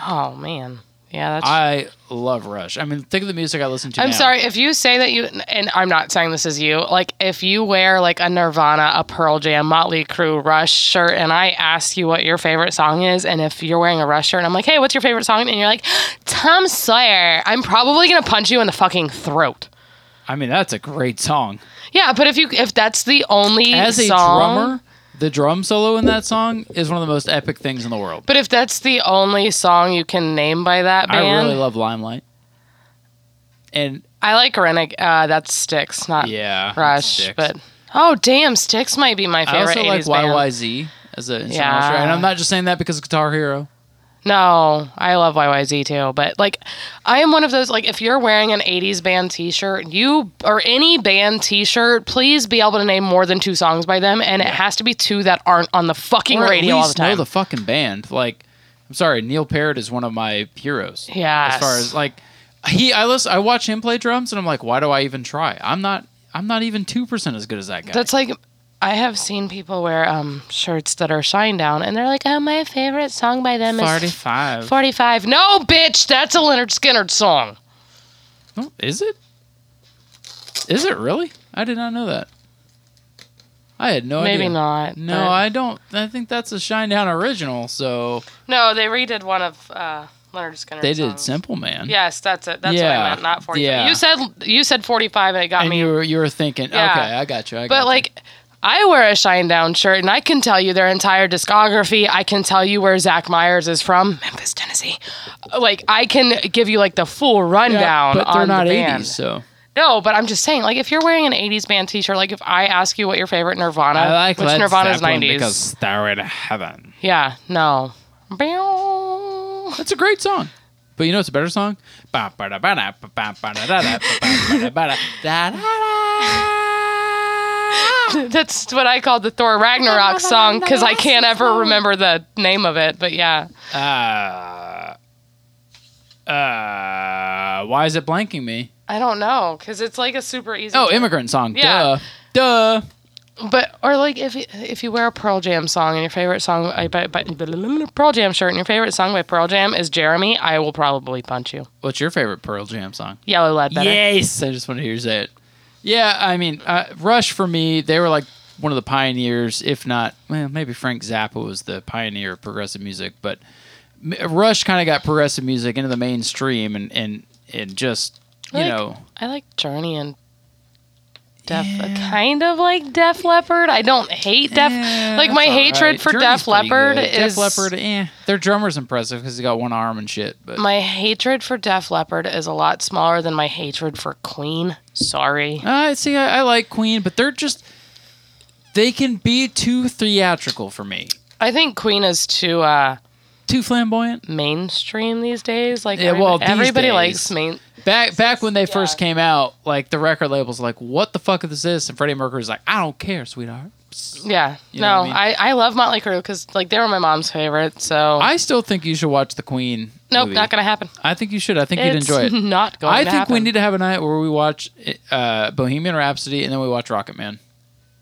Speaker 2: Oh man, yeah, that's.
Speaker 1: I love Rush. I mean, think of the music I listen to.
Speaker 2: I'm
Speaker 1: now.
Speaker 2: sorry if you say that you, and I'm not saying this is you. Like, if you wear like a Nirvana, a Pearl Jam, Motley Crue, Rush shirt, and I ask you what your favorite song is, and if you're wearing a Rush shirt, and I'm like, hey, what's your favorite song? And you're like, Tom Sawyer. I'm probably gonna punch you in the fucking throat.
Speaker 1: I mean, that's a great song.
Speaker 2: Yeah, but if you if that's the only
Speaker 1: As a
Speaker 2: song,
Speaker 1: drummer, the drum solo in that song is one of the most epic things in the world.
Speaker 2: but if that's the only song you can name by that band,
Speaker 1: I really love Limelight. And
Speaker 2: I like Reneg. Uh, that's Sticks, not
Speaker 1: yeah,
Speaker 2: Rush.
Speaker 1: Styx.
Speaker 2: But oh damn, Sticks might be my
Speaker 1: I
Speaker 2: favorite.
Speaker 1: also like
Speaker 2: 80s band.
Speaker 1: YYZ as an instrumental.
Speaker 2: Yeah.
Speaker 1: track. And I'm not just saying that because it's Guitar Hero.
Speaker 2: No, I love YYZ too, but like I am one of those like if you're wearing an 80s band t-shirt, you or any band t-shirt, please be able to name more than two songs by them and it has to be two that aren't on the fucking
Speaker 1: or at
Speaker 2: radio all the
Speaker 1: least know
Speaker 2: time.
Speaker 1: the fucking band. Like, I'm sorry, Neil Peart is one of my heroes.
Speaker 2: Yes.
Speaker 1: As far as like, he, I listen, I watch him play drums, and I'm like, why do I even try? I'm not, I'm not even two percent as good as that guy.
Speaker 2: That's like I have seen people wear um shirts that are Shinedown and they're like, "Oh, my favorite song by them is
Speaker 1: 45.
Speaker 2: 45." No, bitch, that's a Leonard Skinner song.
Speaker 1: No, Oh, Is it? Is it really? I did not know that. I had no idea.
Speaker 2: Maybe not.
Speaker 1: No,
Speaker 2: but-
Speaker 1: I don't. I think that's a Shinedown original. So
Speaker 2: No, they redid one of uh Leonard Skinner.
Speaker 1: they did
Speaker 2: songs.
Speaker 1: Simple Man.
Speaker 2: Yes, that's it. That's what
Speaker 1: Yeah,
Speaker 2: I meant. Not forty-five.
Speaker 1: yeah.
Speaker 2: You said you said forty-five, and it got
Speaker 1: And
Speaker 2: me.
Speaker 1: you were you were thinking,
Speaker 2: Yeah.
Speaker 1: okay, I got you. I got
Speaker 2: but
Speaker 1: you.
Speaker 2: like, I wear a Shinedown shirt, and I can tell you their entire discography. I can tell you where Zach Myers is from, Memphis, Tennessee. Like, I can give you like the full
Speaker 1: Yeah,
Speaker 2: rundown
Speaker 1: but they're
Speaker 2: on
Speaker 1: not
Speaker 2: the band.
Speaker 1: 80s, so.
Speaker 2: No, but I'm just saying, like, if you're wearing an '80s band T-shirt, like if I ask you what your favorite Nirvana,
Speaker 1: I like
Speaker 2: which
Speaker 1: Led
Speaker 2: Nirvana's
Speaker 1: Zeppelin
Speaker 2: '90s,
Speaker 1: because Stairway to Heaven.
Speaker 2: yeah, no. Meow.
Speaker 1: That's a great song. But you know what's a better song? Ba ba da ba da ba ba ba da da da ba ba da ba da da da da.
Speaker 2: That's what I called the Thor Ragnarok song because I can't ever remember the name of it. But yeah,
Speaker 1: Uh, uh, why is it blanking me?
Speaker 2: I don't know because it's like a super easy.
Speaker 1: Oh, immigrant song.
Speaker 2: Yeah.
Speaker 1: Duh. Duh.
Speaker 2: But or like if you- if you wear a Pearl Jam song and your favorite song by, by, by Pearl Jam shirt and your favorite song by Pearl Jam is Jeremy, I will probably punch you.
Speaker 1: What's your favorite Pearl Jam song?
Speaker 2: Yellow lead better.
Speaker 1: Yes, I just want to hear you say it. Yeah, I mean, uh, Rush for me, they were like one of the pioneers, if not, well, maybe Frank Zappa was the pioneer of progressive music, but M- Rush kind of got progressive music into the mainstream and and and just you
Speaker 2: Like,
Speaker 1: know,
Speaker 2: I like Journey and Def, kind of like Def Leppard. I don't hate Def.
Speaker 1: Eh,
Speaker 2: like my
Speaker 1: that's all
Speaker 2: hatred
Speaker 1: right.
Speaker 2: for
Speaker 1: Journey's
Speaker 2: Def
Speaker 1: pretty
Speaker 2: Leppard
Speaker 1: good.
Speaker 2: is
Speaker 1: Def Leppard. Eh, their drummer's impressive because he got one arm and shit, but
Speaker 2: my hatred for Def Leppard is a lot smaller than my hatred for Queen. Sorry.
Speaker 1: I uh, see. I, I like Queen, but they're just they can be too theatrical for me,
Speaker 2: I think Queen is too uh,
Speaker 1: too flamboyant.
Speaker 2: mainstream these days. Like
Speaker 1: Yeah, well,
Speaker 2: everyb-
Speaker 1: these
Speaker 2: everybody
Speaker 1: days.
Speaker 2: likes main.
Speaker 1: Back back when they first came out, like the record label's like, "What the fuck is this?" And Freddie Mercury's like, "I don't care, sweetheart."
Speaker 2: Yeah.
Speaker 1: You know
Speaker 2: no,
Speaker 1: what I mean?
Speaker 2: I, I love Motley Crue because like they were my mom's favorite. So
Speaker 1: I still think you should watch the Queen.
Speaker 2: nope,
Speaker 1: movie.
Speaker 2: not gonna happen.
Speaker 1: I think you should. I think you'd
Speaker 2: It's
Speaker 1: enjoy it.
Speaker 2: Not going.
Speaker 1: I
Speaker 2: to
Speaker 1: think we
Speaker 2: happen.
Speaker 1: need to have a night where we watch uh, Bohemian Rhapsody and then we watch Rocket Man.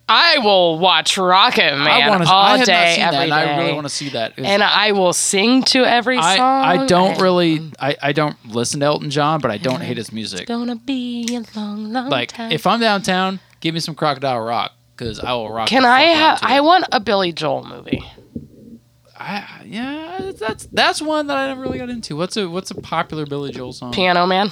Speaker 2: I will watch Rocket Man
Speaker 1: I want to.
Speaker 2: all
Speaker 1: I have
Speaker 2: day,
Speaker 1: not seen that,
Speaker 2: every
Speaker 1: and I really
Speaker 2: day.
Speaker 1: want to see that.
Speaker 2: and I will sing to every
Speaker 1: I,
Speaker 2: song.
Speaker 1: I don't
Speaker 2: And
Speaker 1: really I, I don't listen to Elton John, but I don't hate his music.
Speaker 2: It's gonna be a long, long
Speaker 1: Like
Speaker 2: time.
Speaker 1: if I'm downtown, give me some Crocodile Rock because I will rock.
Speaker 2: can
Speaker 1: the
Speaker 2: I
Speaker 1: fuck
Speaker 2: have?
Speaker 1: out to
Speaker 2: I
Speaker 1: it.
Speaker 2: want a Billy Joel movie.
Speaker 1: I- yeah, that's that's one that I never really got into. What's a what's a popular Billy Joel song?
Speaker 2: Piano Man,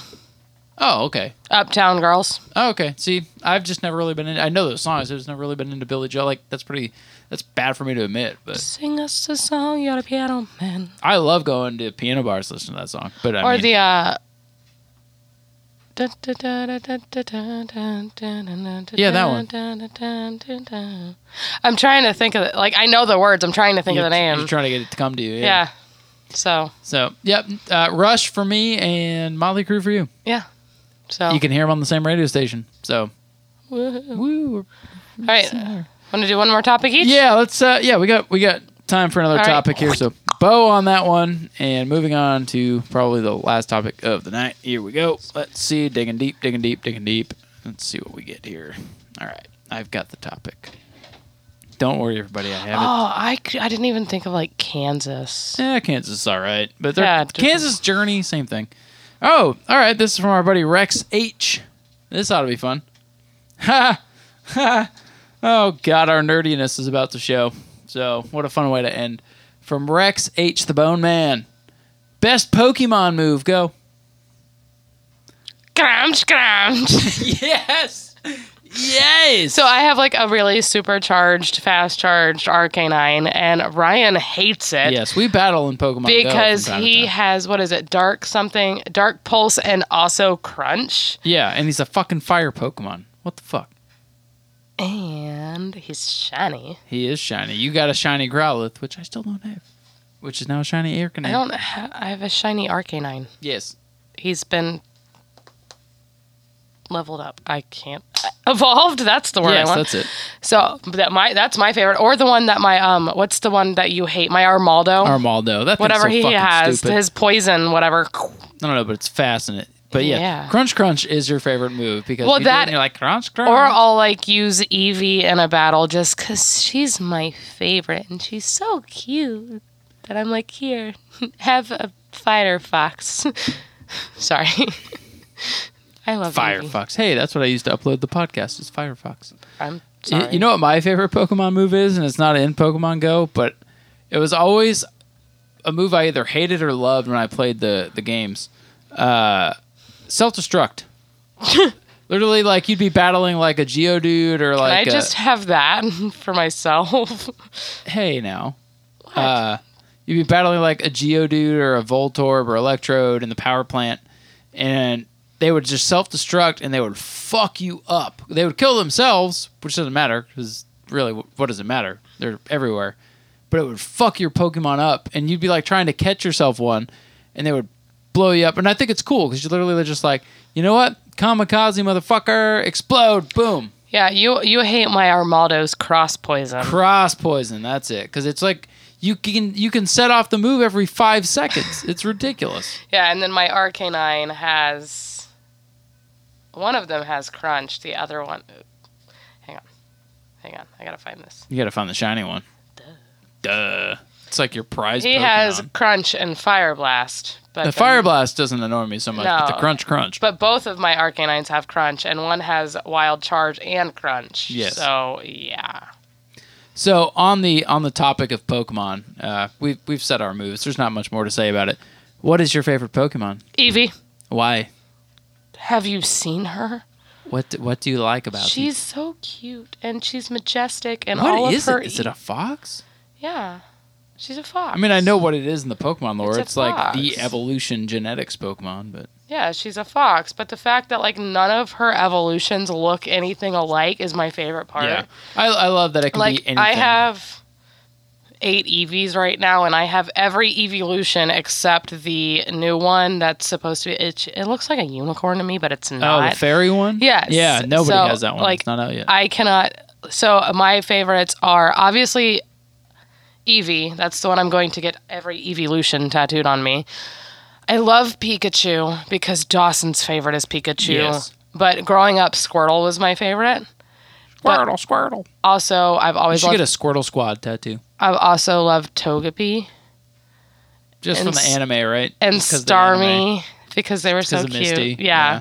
Speaker 1: Oh, okay,
Speaker 2: Uptown Girls.
Speaker 1: oh, okay. See, I've just never really been. In, I know those songs. I've just never really been into Billy Joel. Like that's pretty. That's bad for me to admit, but
Speaker 2: Sing us a song, you're a piano man.
Speaker 1: I love going to piano bars listening to that song. But I
Speaker 2: or
Speaker 1: mean,
Speaker 2: the uh. Yeah, that one. I'm trying to think of it. Like I know the words. I'm trying to think
Speaker 1: you're,
Speaker 2: of the name.
Speaker 1: you're trying to get it to come to you. Yeah.
Speaker 2: yeah. So
Speaker 1: So yep, uh, Rush for me and Motley Crue for you.
Speaker 2: yeah. So
Speaker 1: You can hear them on the same radio station. So
Speaker 2: Woohoo.
Speaker 1: woo. we're
Speaker 2: All right.
Speaker 1: similar.
Speaker 2: Want to do one more topic each?
Speaker 1: Yeah, let's. Uh, yeah, we got we got time for another
Speaker 2: All right.
Speaker 1: topic here. So bow on that one, and moving on to probably the last topic of the night. Here we go. Let's see, digging deep, digging deep, digging deep. Let's see what we get here. All right, I've got the topic. Don't worry, everybody. I have it.
Speaker 2: Oh, I, c- I didn't even think of like Kansas.
Speaker 1: Yeah, Eh, Kansas is all right, but they're-
Speaker 2: Yeah, different.
Speaker 1: Kansas Journey, same thing. Oh, all right. This is from our buddy Rex H. This ought to be fun. Ha! Ha! Oh God, our nerdiness is about to show. So what a fun way to end. From Rex H. The Bone Man. Best Pokemon move. Go.
Speaker 2: Scram, scram.
Speaker 1: yes. Yes.
Speaker 2: so I have like a really supercharged, fast charged Arcanine, and Ryan hates it.
Speaker 1: yes, we battle in Pokemon Go from
Speaker 2: Because
Speaker 1: time to
Speaker 2: he
Speaker 1: time.
Speaker 2: has what is it, dark something, dark pulse, and also crunch,
Speaker 1: yeah, and he's a fucking fire Pokemon. What the fuck?
Speaker 2: and he's shiny.
Speaker 1: He is shiny. You got a shiny Growlithe, which I still don't have, which is now a shiny Air
Speaker 2: I don't. Ha- I have a shiny Arcanine.
Speaker 1: Yes.
Speaker 2: He's been leveled up. I can't evolved. That's the word I
Speaker 1: yes,
Speaker 2: want.
Speaker 1: that's it.
Speaker 2: So that my that's my favorite, or the one that my um, what's the one that you hate? My Armaldo,
Speaker 1: Armaldo. That thing's
Speaker 2: whatever
Speaker 1: so
Speaker 2: he
Speaker 1: fucking
Speaker 2: has,
Speaker 1: Stupid.
Speaker 2: his poison, whatever.
Speaker 1: I don't know, but it's fast in it. But yeah,
Speaker 2: Yeah.
Speaker 1: crunch crunch is your favorite move because
Speaker 2: Well,
Speaker 1: you do it
Speaker 2: that-
Speaker 1: and you're like crunch crunch.
Speaker 2: Or I'll like use Eevee in a battle just because she's my favorite and she's so cute that I'm like, here, have a fighter fox. Sorry, I love Eevee.
Speaker 1: Firefox. Hey, that's what I used to upload the podcast. Is Firefox.
Speaker 2: I'm
Speaker 1: Y-
Speaker 2: sorry.
Speaker 1: You know what my favorite Pokemon move is, and it's not in Pokemon Go, but it was always a move I either hated or loved when I played the the games. Uh, Self destruct. Literally, like you'd be battling like a Geodude or
Speaker 2: Can I
Speaker 1: like uh, a-
Speaker 2: just have that for myself.
Speaker 1: hey now. Uh, you'd be battling like a Geodude or a Voltorb or Electrode in the power plant, and they would just self destruct and they would fuck you up. They would kill themselves, which doesn't matter because really, wh- what does it matter? They're everywhere. But it would fuck your Pokemon up, and you'd be like trying to catch yourself one, and they would blow you up. And I think it's cool because you literally just like, you know what? Kamikaze motherfucker, explode, boom.
Speaker 2: yeah, you you hate my Armaldo's cross poison.
Speaker 1: Cross poison. That's it. Because it's like you can you can set off the move every five seconds. It's ridiculous.
Speaker 2: Yeah, and then my Arcanine has one of them has crunch, the other one hang on. Hang on, I gotta find this.
Speaker 1: You got to find the shiny one. Duh. It's like your prize.
Speaker 2: He
Speaker 1: Pokemon.
Speaker 2: has Crunch and Fire Blast, but
Speaker 1: the Fire Blast doesn't annoy me so much, but the
Speaker 2: No.
Speaker 1: Crunch Crunch.
Speaker 2: But both of my Arcanines have Crunch, and one has Wild Charge and Crunch.
Speaker 1: Yes.
Speaker 2: So yeah.
Speaker 1: So on the on the topic of Pokemon, uh, we've we've said our moves. There's not much more to say about it. What is your favorite Pokemon?
Speaker 2: Evie,
Speaker 1: Why?
Speaker 2: have you seen her?
Speaker 1: What do, what do you like about?
Speaker 2: She's so cute, and she's majestic, and
Speaker 1: these? what
Speaker 2: all
Speaker 1: is
Speaker 2: of her. e-,
Speaker 1: it? Is it a fox?
Speaker 2: yeah, she's a fox.
Speaker 1: I mean, I know what it is in the Pokemon lore.
Speaker 2: It's a
Speaker 1: It's, like the
Speaker 2: fox.
Speaker 1: evolution genetics Pokemon, but
Speaker 2: Yeah, she's a fox, but the fact that like none of her evolutions look anything alike is my favorite part.
Speaker 1: yeah, I, I love that it can
Speaker 2: like
Speaker 1: be anything.
Speaker 2: I have eight EVs right now, and I have every evolution except the new one that's supposed to be. It, it looks like a unicorn to me, but it's
Speaker 1: oh
Speaker 2: not.
Speaker 1: the fairy one.
Speaker 2: Yes.
Speaker 1: Yeah, nobody
Speaker 2: So,
Speaker 1: has that one.
Speaker 2: like,
Speaker 1: it's not out yet.
Speaker 2: I cannot. So my favorites are obviously Eevee. That's the one I'm going to get every evolution tattooed on me. I love Pikachu because Dawson's favorite is Pikachu.
Speaker 1: Yes.
Speaker 2: But growing up, Squirtle was my favorite. But
Speaker 1: Squirtle, Squirtle.
Speaker 2: also, I've
Speaker 1: You
Speaker 2: always
Speaker 1: should
Speaker 2: loved,
Speaker 1: get a Squirtle Squad tattoo.
Speaker 2: I've also loved Togepi
Speaker 1: Just
Speaker 2: And
Speaker 1: from the
Speaker 2: s-
Speaker 1: anime, right?
Speaker 2: and
Speaker 1: Just 'cause of the anime.
Speaker 2: Starmie because they were so
Speaker 1: 'cause of
Speaker 2: cute.
Speaker 1: Misty,
Speaker 2: Yeah.
Speaker 1: yeah.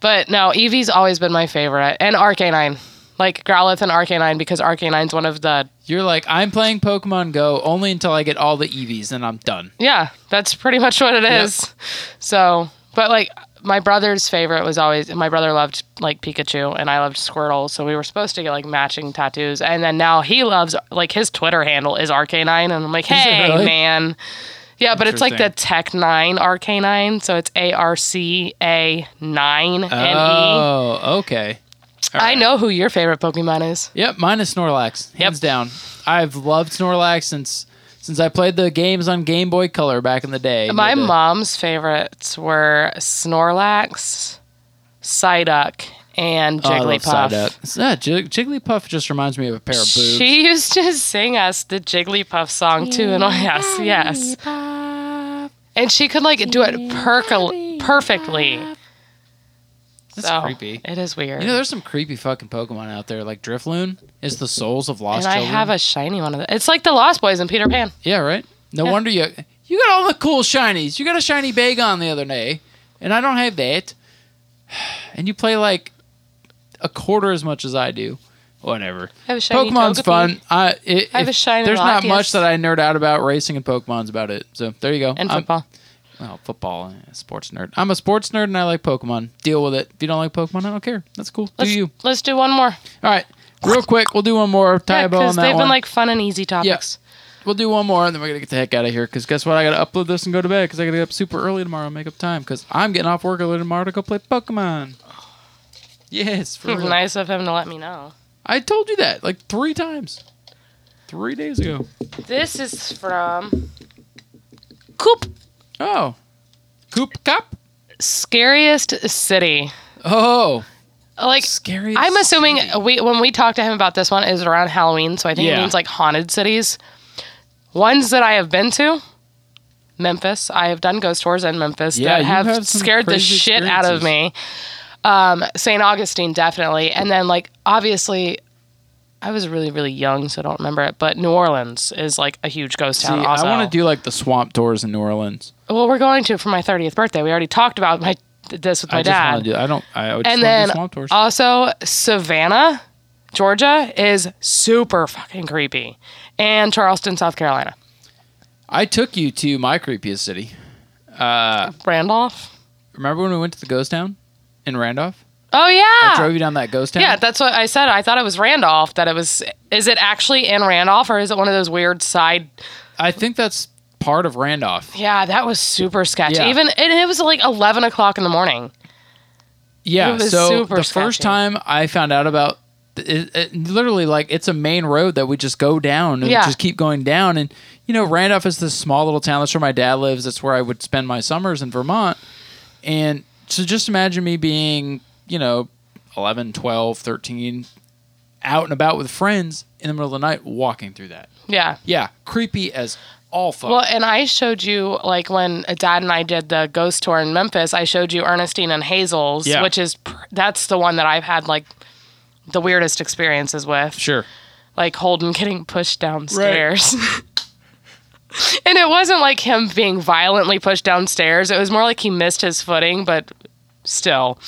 Speaker 2: But no, Eevee's always been my favorite, and Arcanine, like Growlithe and Arcanine, because Arcanine's one of the
Speaker 1: You're like, I'm playing Pokemon Go only until I get all the EVs, and I'm done.
Speaker 2: Yeah, that's pretty much what it
Speaker 1: Yep.
Speaker 2: is. So, but like my brother's favorite was always my brother loved like Pikachu and I loved Squirtle, so we were supposed to get like matching tattoos. And then now he loves like his Twitter handle is Arcanine, and I'm like,
Speaker 1: it
Speaker 2: hey
Speaker 1: really?
Speaker 2: man, yeah, but it's like the
Speaker 1: Interesting.
Speaker 2: Tech Nine Arcanine, so it's A R C A nine N E. I
Speaker 1: Oh, okay.
Speaker 2: know who your favorite Pokemon is.
Speaker 1: Yep, mine is Snorlax, hands down. I've loved Snorlax since since I played the games on Game Boy Color back in the day. You
Speaker 2: My
Speaker 1: had to-
Speaker 2: mom's favorites were Snorlax, Psyduck, and
Speaker 1: Oh, I love
Speaker 2: Jigglypuff.
Speaker 1: Psyduck. It's- Yeah, Jig- Jigglypuff just reminds me of a pair of boobs.
Speaker 2: she used to sing us the Jigglypuff song too, and I yes, yes, and she could like do it percol- perfectly.
Speaker 1: That's
Speaker 2: so,
Speaker 1: creepy.
Speaker 2: It is weird.
Speaker 1: You know, there's some creepy fucking Pokemon out there. Like Drifloon is the souls of lost
Speaker 2: and I
Speaker 1: children.
Speaker 2: have a shiny one of the It's like the Lost Boys and Peter Pan.
Speaker 1: Yeah, right. No wonder you you got all the cool shinies. You got a shiny Bagon the other day, and I don't have that. And you play like a quarter as much as I do. Whatever.
Speaker 2: I have a shiny
Speaker 1: Pokemon's
Speaker 2: Togepi.
Speaker 1: fun. I, it,
Speaker 2: I have
Speaker 1: if-
Speaker 2: a shiny
Speaker 1: There's not
Speaker 2: Latias.
Speaker 1: much that I nerd out about racing and Pokemon's about it. So there you go.
Speaker 2: And
Speaker 1: I'm-
Speaker 2: football.
Speaker 1: well, football, eh, sports nerd. I'm a sports nerd and I like Pokemon. Deal with it. If you don't like Pokemon, I don't care. That's cool.
Speaker 2: Let's,
Speaker 1: do you?
Speaker 2: let's do one more.
Speaker 1: All right. Real quick, we'll do one more. Tie
Speaker 2: Yeah,
Speaker 1: a bow on
Speaker 2: because
Speaker 1: that
Speaker 2: they've
Speaker 1: one.
Speaker 2: been like fun and easy topics.
Speaker 1: We'll do one more, and then we're gonna get the heck out of here. Because guess what? I gotta upload this and go to bed. Because I gotta get up super early tomorrow and make up time. Because I'm getting off work early tomorrow to go play Pokemon. Yes, for real.
Speaker 2: Mm-hmm. nice of him to let me know.
Speaker 1: I told you that like three times, three days ago.
Speaker 2: This is from Coop.
Speaker 1: Oh, Coop Cup.
Speaker 2: Scariest city.
Speaker 1: Oh,
Speaker 2: Like
Speaker 1: scary.
Speaker 2: I'm assuming we when we talked to him about this one is around Halloween, so I think
Speaker 1: Yeah.
Speaker 2: it means like haunted cities. Ones that I have been to, Memphis. I have done ghost tours in Memphis
Speaker 1: Yeah,
Speaker 2: that
Speaker 1: you
Speaker 2: have,
Speaker 1: have some
Speaker 2: scared the
Speaker 1: crazy
Speaker 2: shit out of me. Um, St. Augustine definitely, and then like obviously, I was really really young, so I don't remember it. But New Orleans is like a huge ghost
Speaker 1: See,
Speaker 2: town. also.
Speaker 1: I want to do like the swamp tours in New Orleans.
Speaker 2: Well, we're going to for my 30th birthday. We already talked about my this with my
Speaker 1: I just
Speaker 2: dad.
Speaker 1: want to do. I don't. I would just
Speaker 2: and
Speaker 1: wanna
Speaker 2: then
Speaker 1: do swamp tours.
Speaker 2: also Savannah, Georgia is super fucking creepy, and Charleston, South Carolina.
Speaker 1: I took you to my creepiest city.
Speaker 2: Randolph.
Speaker 1: Remember when we went to the ghost town in Randolph?
Speaker 2: Oh
Speaker 1: I drove
Speaker 2: yeah.
Speaker 1: you down that ghost town.
Speaker 2: Yeah, that's what I said. I thought it was Randolph. That it was. Is it actually in Randolph, or is it one of those weird side?
Speaker 1: I think that's part of Randolph.
Speaker 2: Yeah, that was super sketchy.
Speaker 1: Yeah.
Speaker 2: Even and it was like eleven o'clock in the morning.
Speaker 1: Yeah.
Speaker 2: It was
Speaker 1: so
Speaker 2: super
Speaker 1: the first
Speaker 2: sketchy.
Speaker 1: time I found out about it, it, literally like it's a main road that we just go down and
Speaker 2: Yeah.
Speaker 1: just keep going down and you know Randolph is this small little town that's where my dad lives that's where I would spend my summers in Vermont and so just imagine me being you know 11 12 13 out and about with friends in the middle of the night walking through that
Speaker 2: Yeah.
Speaker 1: yeah creepy as all fuck
Speaker 2: Well, and I showed you like when Dad and I did the ghost tour in Memphis. I showed you Ernestine and Hazel's,
Speaker 1: Yeah.
Speaker 2: which is pr- that's the one that I've had like the weirdest experiences with.
Speaker 1: Sure.
Speaker 2: Like Holden getting pushed downstairs. and it wasn't like him being violently pushed downstairs. It was more like he missed his footing, but still,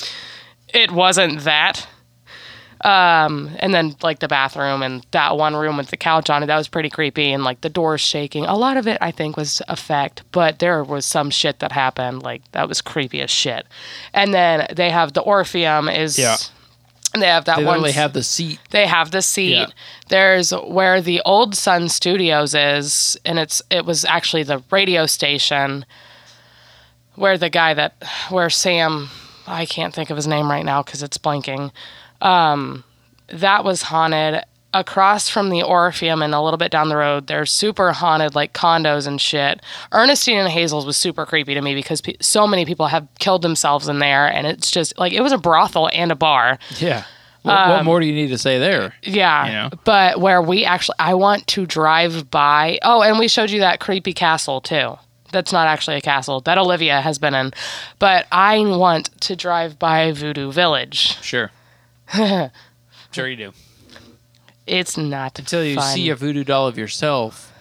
Speaker 2: it wasn't that. Um, and then like the bathroom and that one room with the couch on it, that was pretty creepy. And like the doors shaking. A lot of it, I think, was effect, but there was some shit that happened. Like that was creepy as shit. And then they have the Orpheum is.
Speaker 1: Yeah.
Speaker 2: They have that
Speaker 1: They
Speaker 2: one.
Speaker 1: literally have the seat.
Speaker 2: They have the seat.
Speaker 1: Yeah.
Speaker 2: There's where the old Sun Studios is, and it's it was actually the radio station where the guy that where Sam I can't think of his name right now because it's blanking. Um, that was haunted. Across from the Orpheum and a little bit down the road, there's super haunted like condos and shit. Ernestine and Hazel's was super creepy to me because pe- so many people have killed themselves in there, and it's just like it was a brothel and a bar.
Speaker 1: Yeah. What, what more do you need to say there?
Speaker 2: Yeah.
Speaker 1: You know?
Speaker 2: But where we actually, I want to drive by. Oh, and we showed you that creepy castle too. That's not actually a castle that Olivia has been in. But I want to drive by Voodoo Village.
Speaker 1: Sure. sure you do.
Speaker 2: It's not
Speaker 1: Until you
Speaker 2: fun.
Speaker 1: see a voodoo doll of yourself.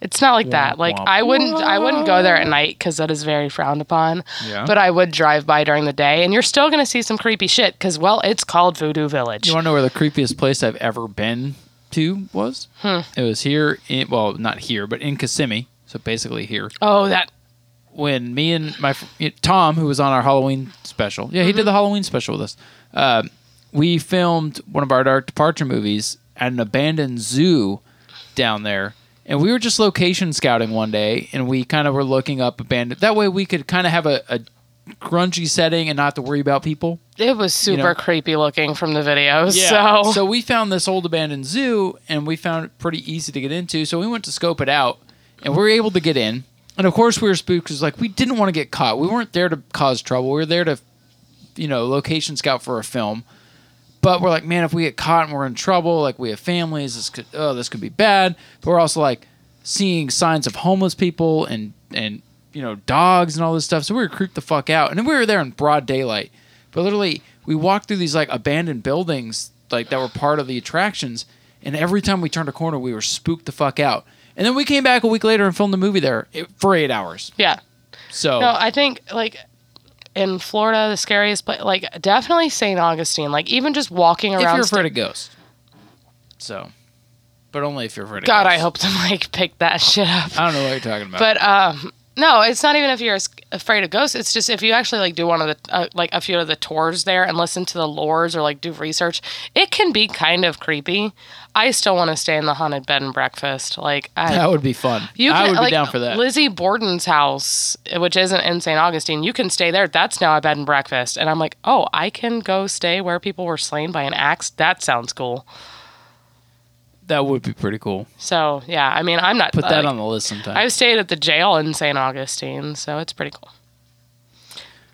Speaker 2: It's not like that. Like
Speaker 1: womp.
Speaker 2: I wouldn't, I wouldn't go there at night because that is very frowned upon.
Speaker 1: Yeah.
Speaker 2: But I would drive by during the day, and you're still gonna see some creepy shit because, well, it's called Voodoo Village.
Speaker 1: You want to know where the creepiest place I've ever been to was? It was here. In, well, not here, but in Kissimmee. So basically here.
Speaker 2: oh, that
Speaker 1: when me and my fr- yeah, Tom, who was on our Halloween special, yeah, he did the Halloween special with us. Uh, we filmed one of our Dark Departure movies at an abandoned zoo down there, and we were just location scouting one day, and we kind of were looking up abandoned. That way, we could kind of have a, a grungy setting and not have to worry about people.
Speaker 2: it was super
Speaker 1: know-
Speaker 2: creepy looking from the videos. So
Speaker 1: we found this old abandoned zoo, and we found it pretty easy to get into. So we went to scope it out, and we were able to get in. And of course, we were spooked because like we didn't want to get caught. We weren't there to cause trouble. We were there to, you know, location scout for a film. But we're like, man, if we get caught and we're in trouble, like we have families, this could oh this could be bad. But we're also like seeing signs of homeless people and and you know dogs and all this stuff. So we were creeped the fuck out, and then we were there in broad daylight. But literally, we walked through these like abandoned buildings like that were part of the attractions, and every time we turned a corner, we were spooked the fuck out. And then we came back a week later and filmed the movie there eh, for eight hours.
Speaker 2: yeah.
Speaker 1: So
Speaker 2: No, I think like in Florida, the scariest place, like definitely St. Augustine. Like even just walking
Speaker 1: if
Speaker 2: around.
Speaker 1: you're afraid
Speaker 2: sta-
Speaker 1: of ghosts, so, but only if you're afraid of
Speaker 2: God, I
Speaker 1: ghosts.
Speaker 2: hope the mic picked that shit up.
Speaker 1: I don't know what you're talking about.
Speaker 2: But um, no, it's not even if you're as- afraid of ghosts. It's just if you actually like do one of the uh, like a few of the tours there and listen to the lores or like do research, it can be kind of creepy. I still want to stay in the haunted bed and breakfast. Like I,
Speaker 1: That would be fun.
Speaker 2: You can,
Speaker 1: I would
Speaker 2: like,
Speaker 1: be down for that.
Speaker 2: Lizzie Borden's house, which isn't in St. Augustine, you can stay there. That's now a bed and breakfast. And I'm like, oh, I can go stay where people were slain by an axe. That sounds cool.
Speaker 1: that would be pretty cool.
Speaker 2: So yeah, I mean, I'm not
Speaker 1: Put that
Speaker 2: like,
Speaker 1: on the list sometime.
Speaker 2: I've stayed at the jail in St. Augustine, so it's pretty cool.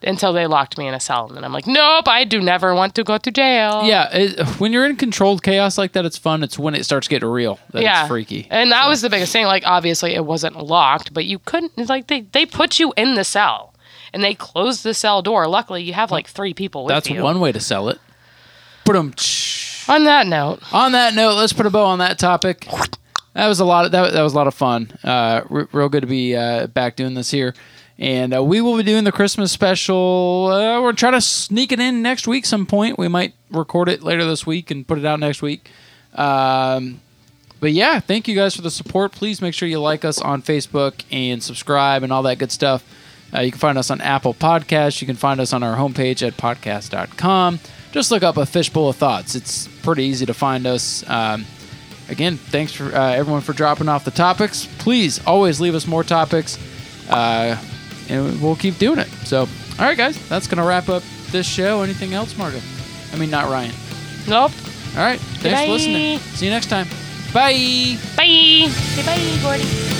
Speaker 2: Until they locked me in a cell, and then I'm like, nope, I do never want to go to jail.
Speaker 1: yeah, it, when you're in controlled chaos like that, it's fun. It's when it starts getting real that
Speaker 2: yeah,
Speaker 1: it's freaky.
Speaker 2: And that was the biggest thing. Like, obviously, it wasn't locked, but you couldn't. it's Like, they they put you in the cell, and they closed the cell door. Luckily, you have like three people with
Speaker 1: That's
Speaker 2: you.
Speaker 1: one way to sell it. Put
Speaker 2: On that note,
Speaker 1: On that note, let's put a bow on that topic. That was a lot. Of, that, that was a lot of fun. Uh, re- real good to be uh, back doing this here, and uh, we will be doing the Christmas special. Uh, we're trying to sneak it in next week, some point. We might record it later this week and put it out next week. Um, but yeah, thank you guys for the support. Please make sure you like us on Facebook and subscribe and all that good stuff. Uh, you can find us on Apple Podcasts. You can find us on our homepage at podcast.com. Just look up a fishbowl of thoughts. It's pretty easy to find us. Um, again, thanks for uh, everyone for dropping off the topics. Please always leave us more topics, uh, and we'll keep doing it. So, all right, guys, that's gonna wrap up this show. Anything else, Margo? I mean, not Ryan.
Speaker 2: nope.
Speaker 1: All right, thanks
Speaker 2: Goodbye.
Speaker 1: for listening. See you next time. Bye.
Speaker 2: Bye. Say bye, Gordy.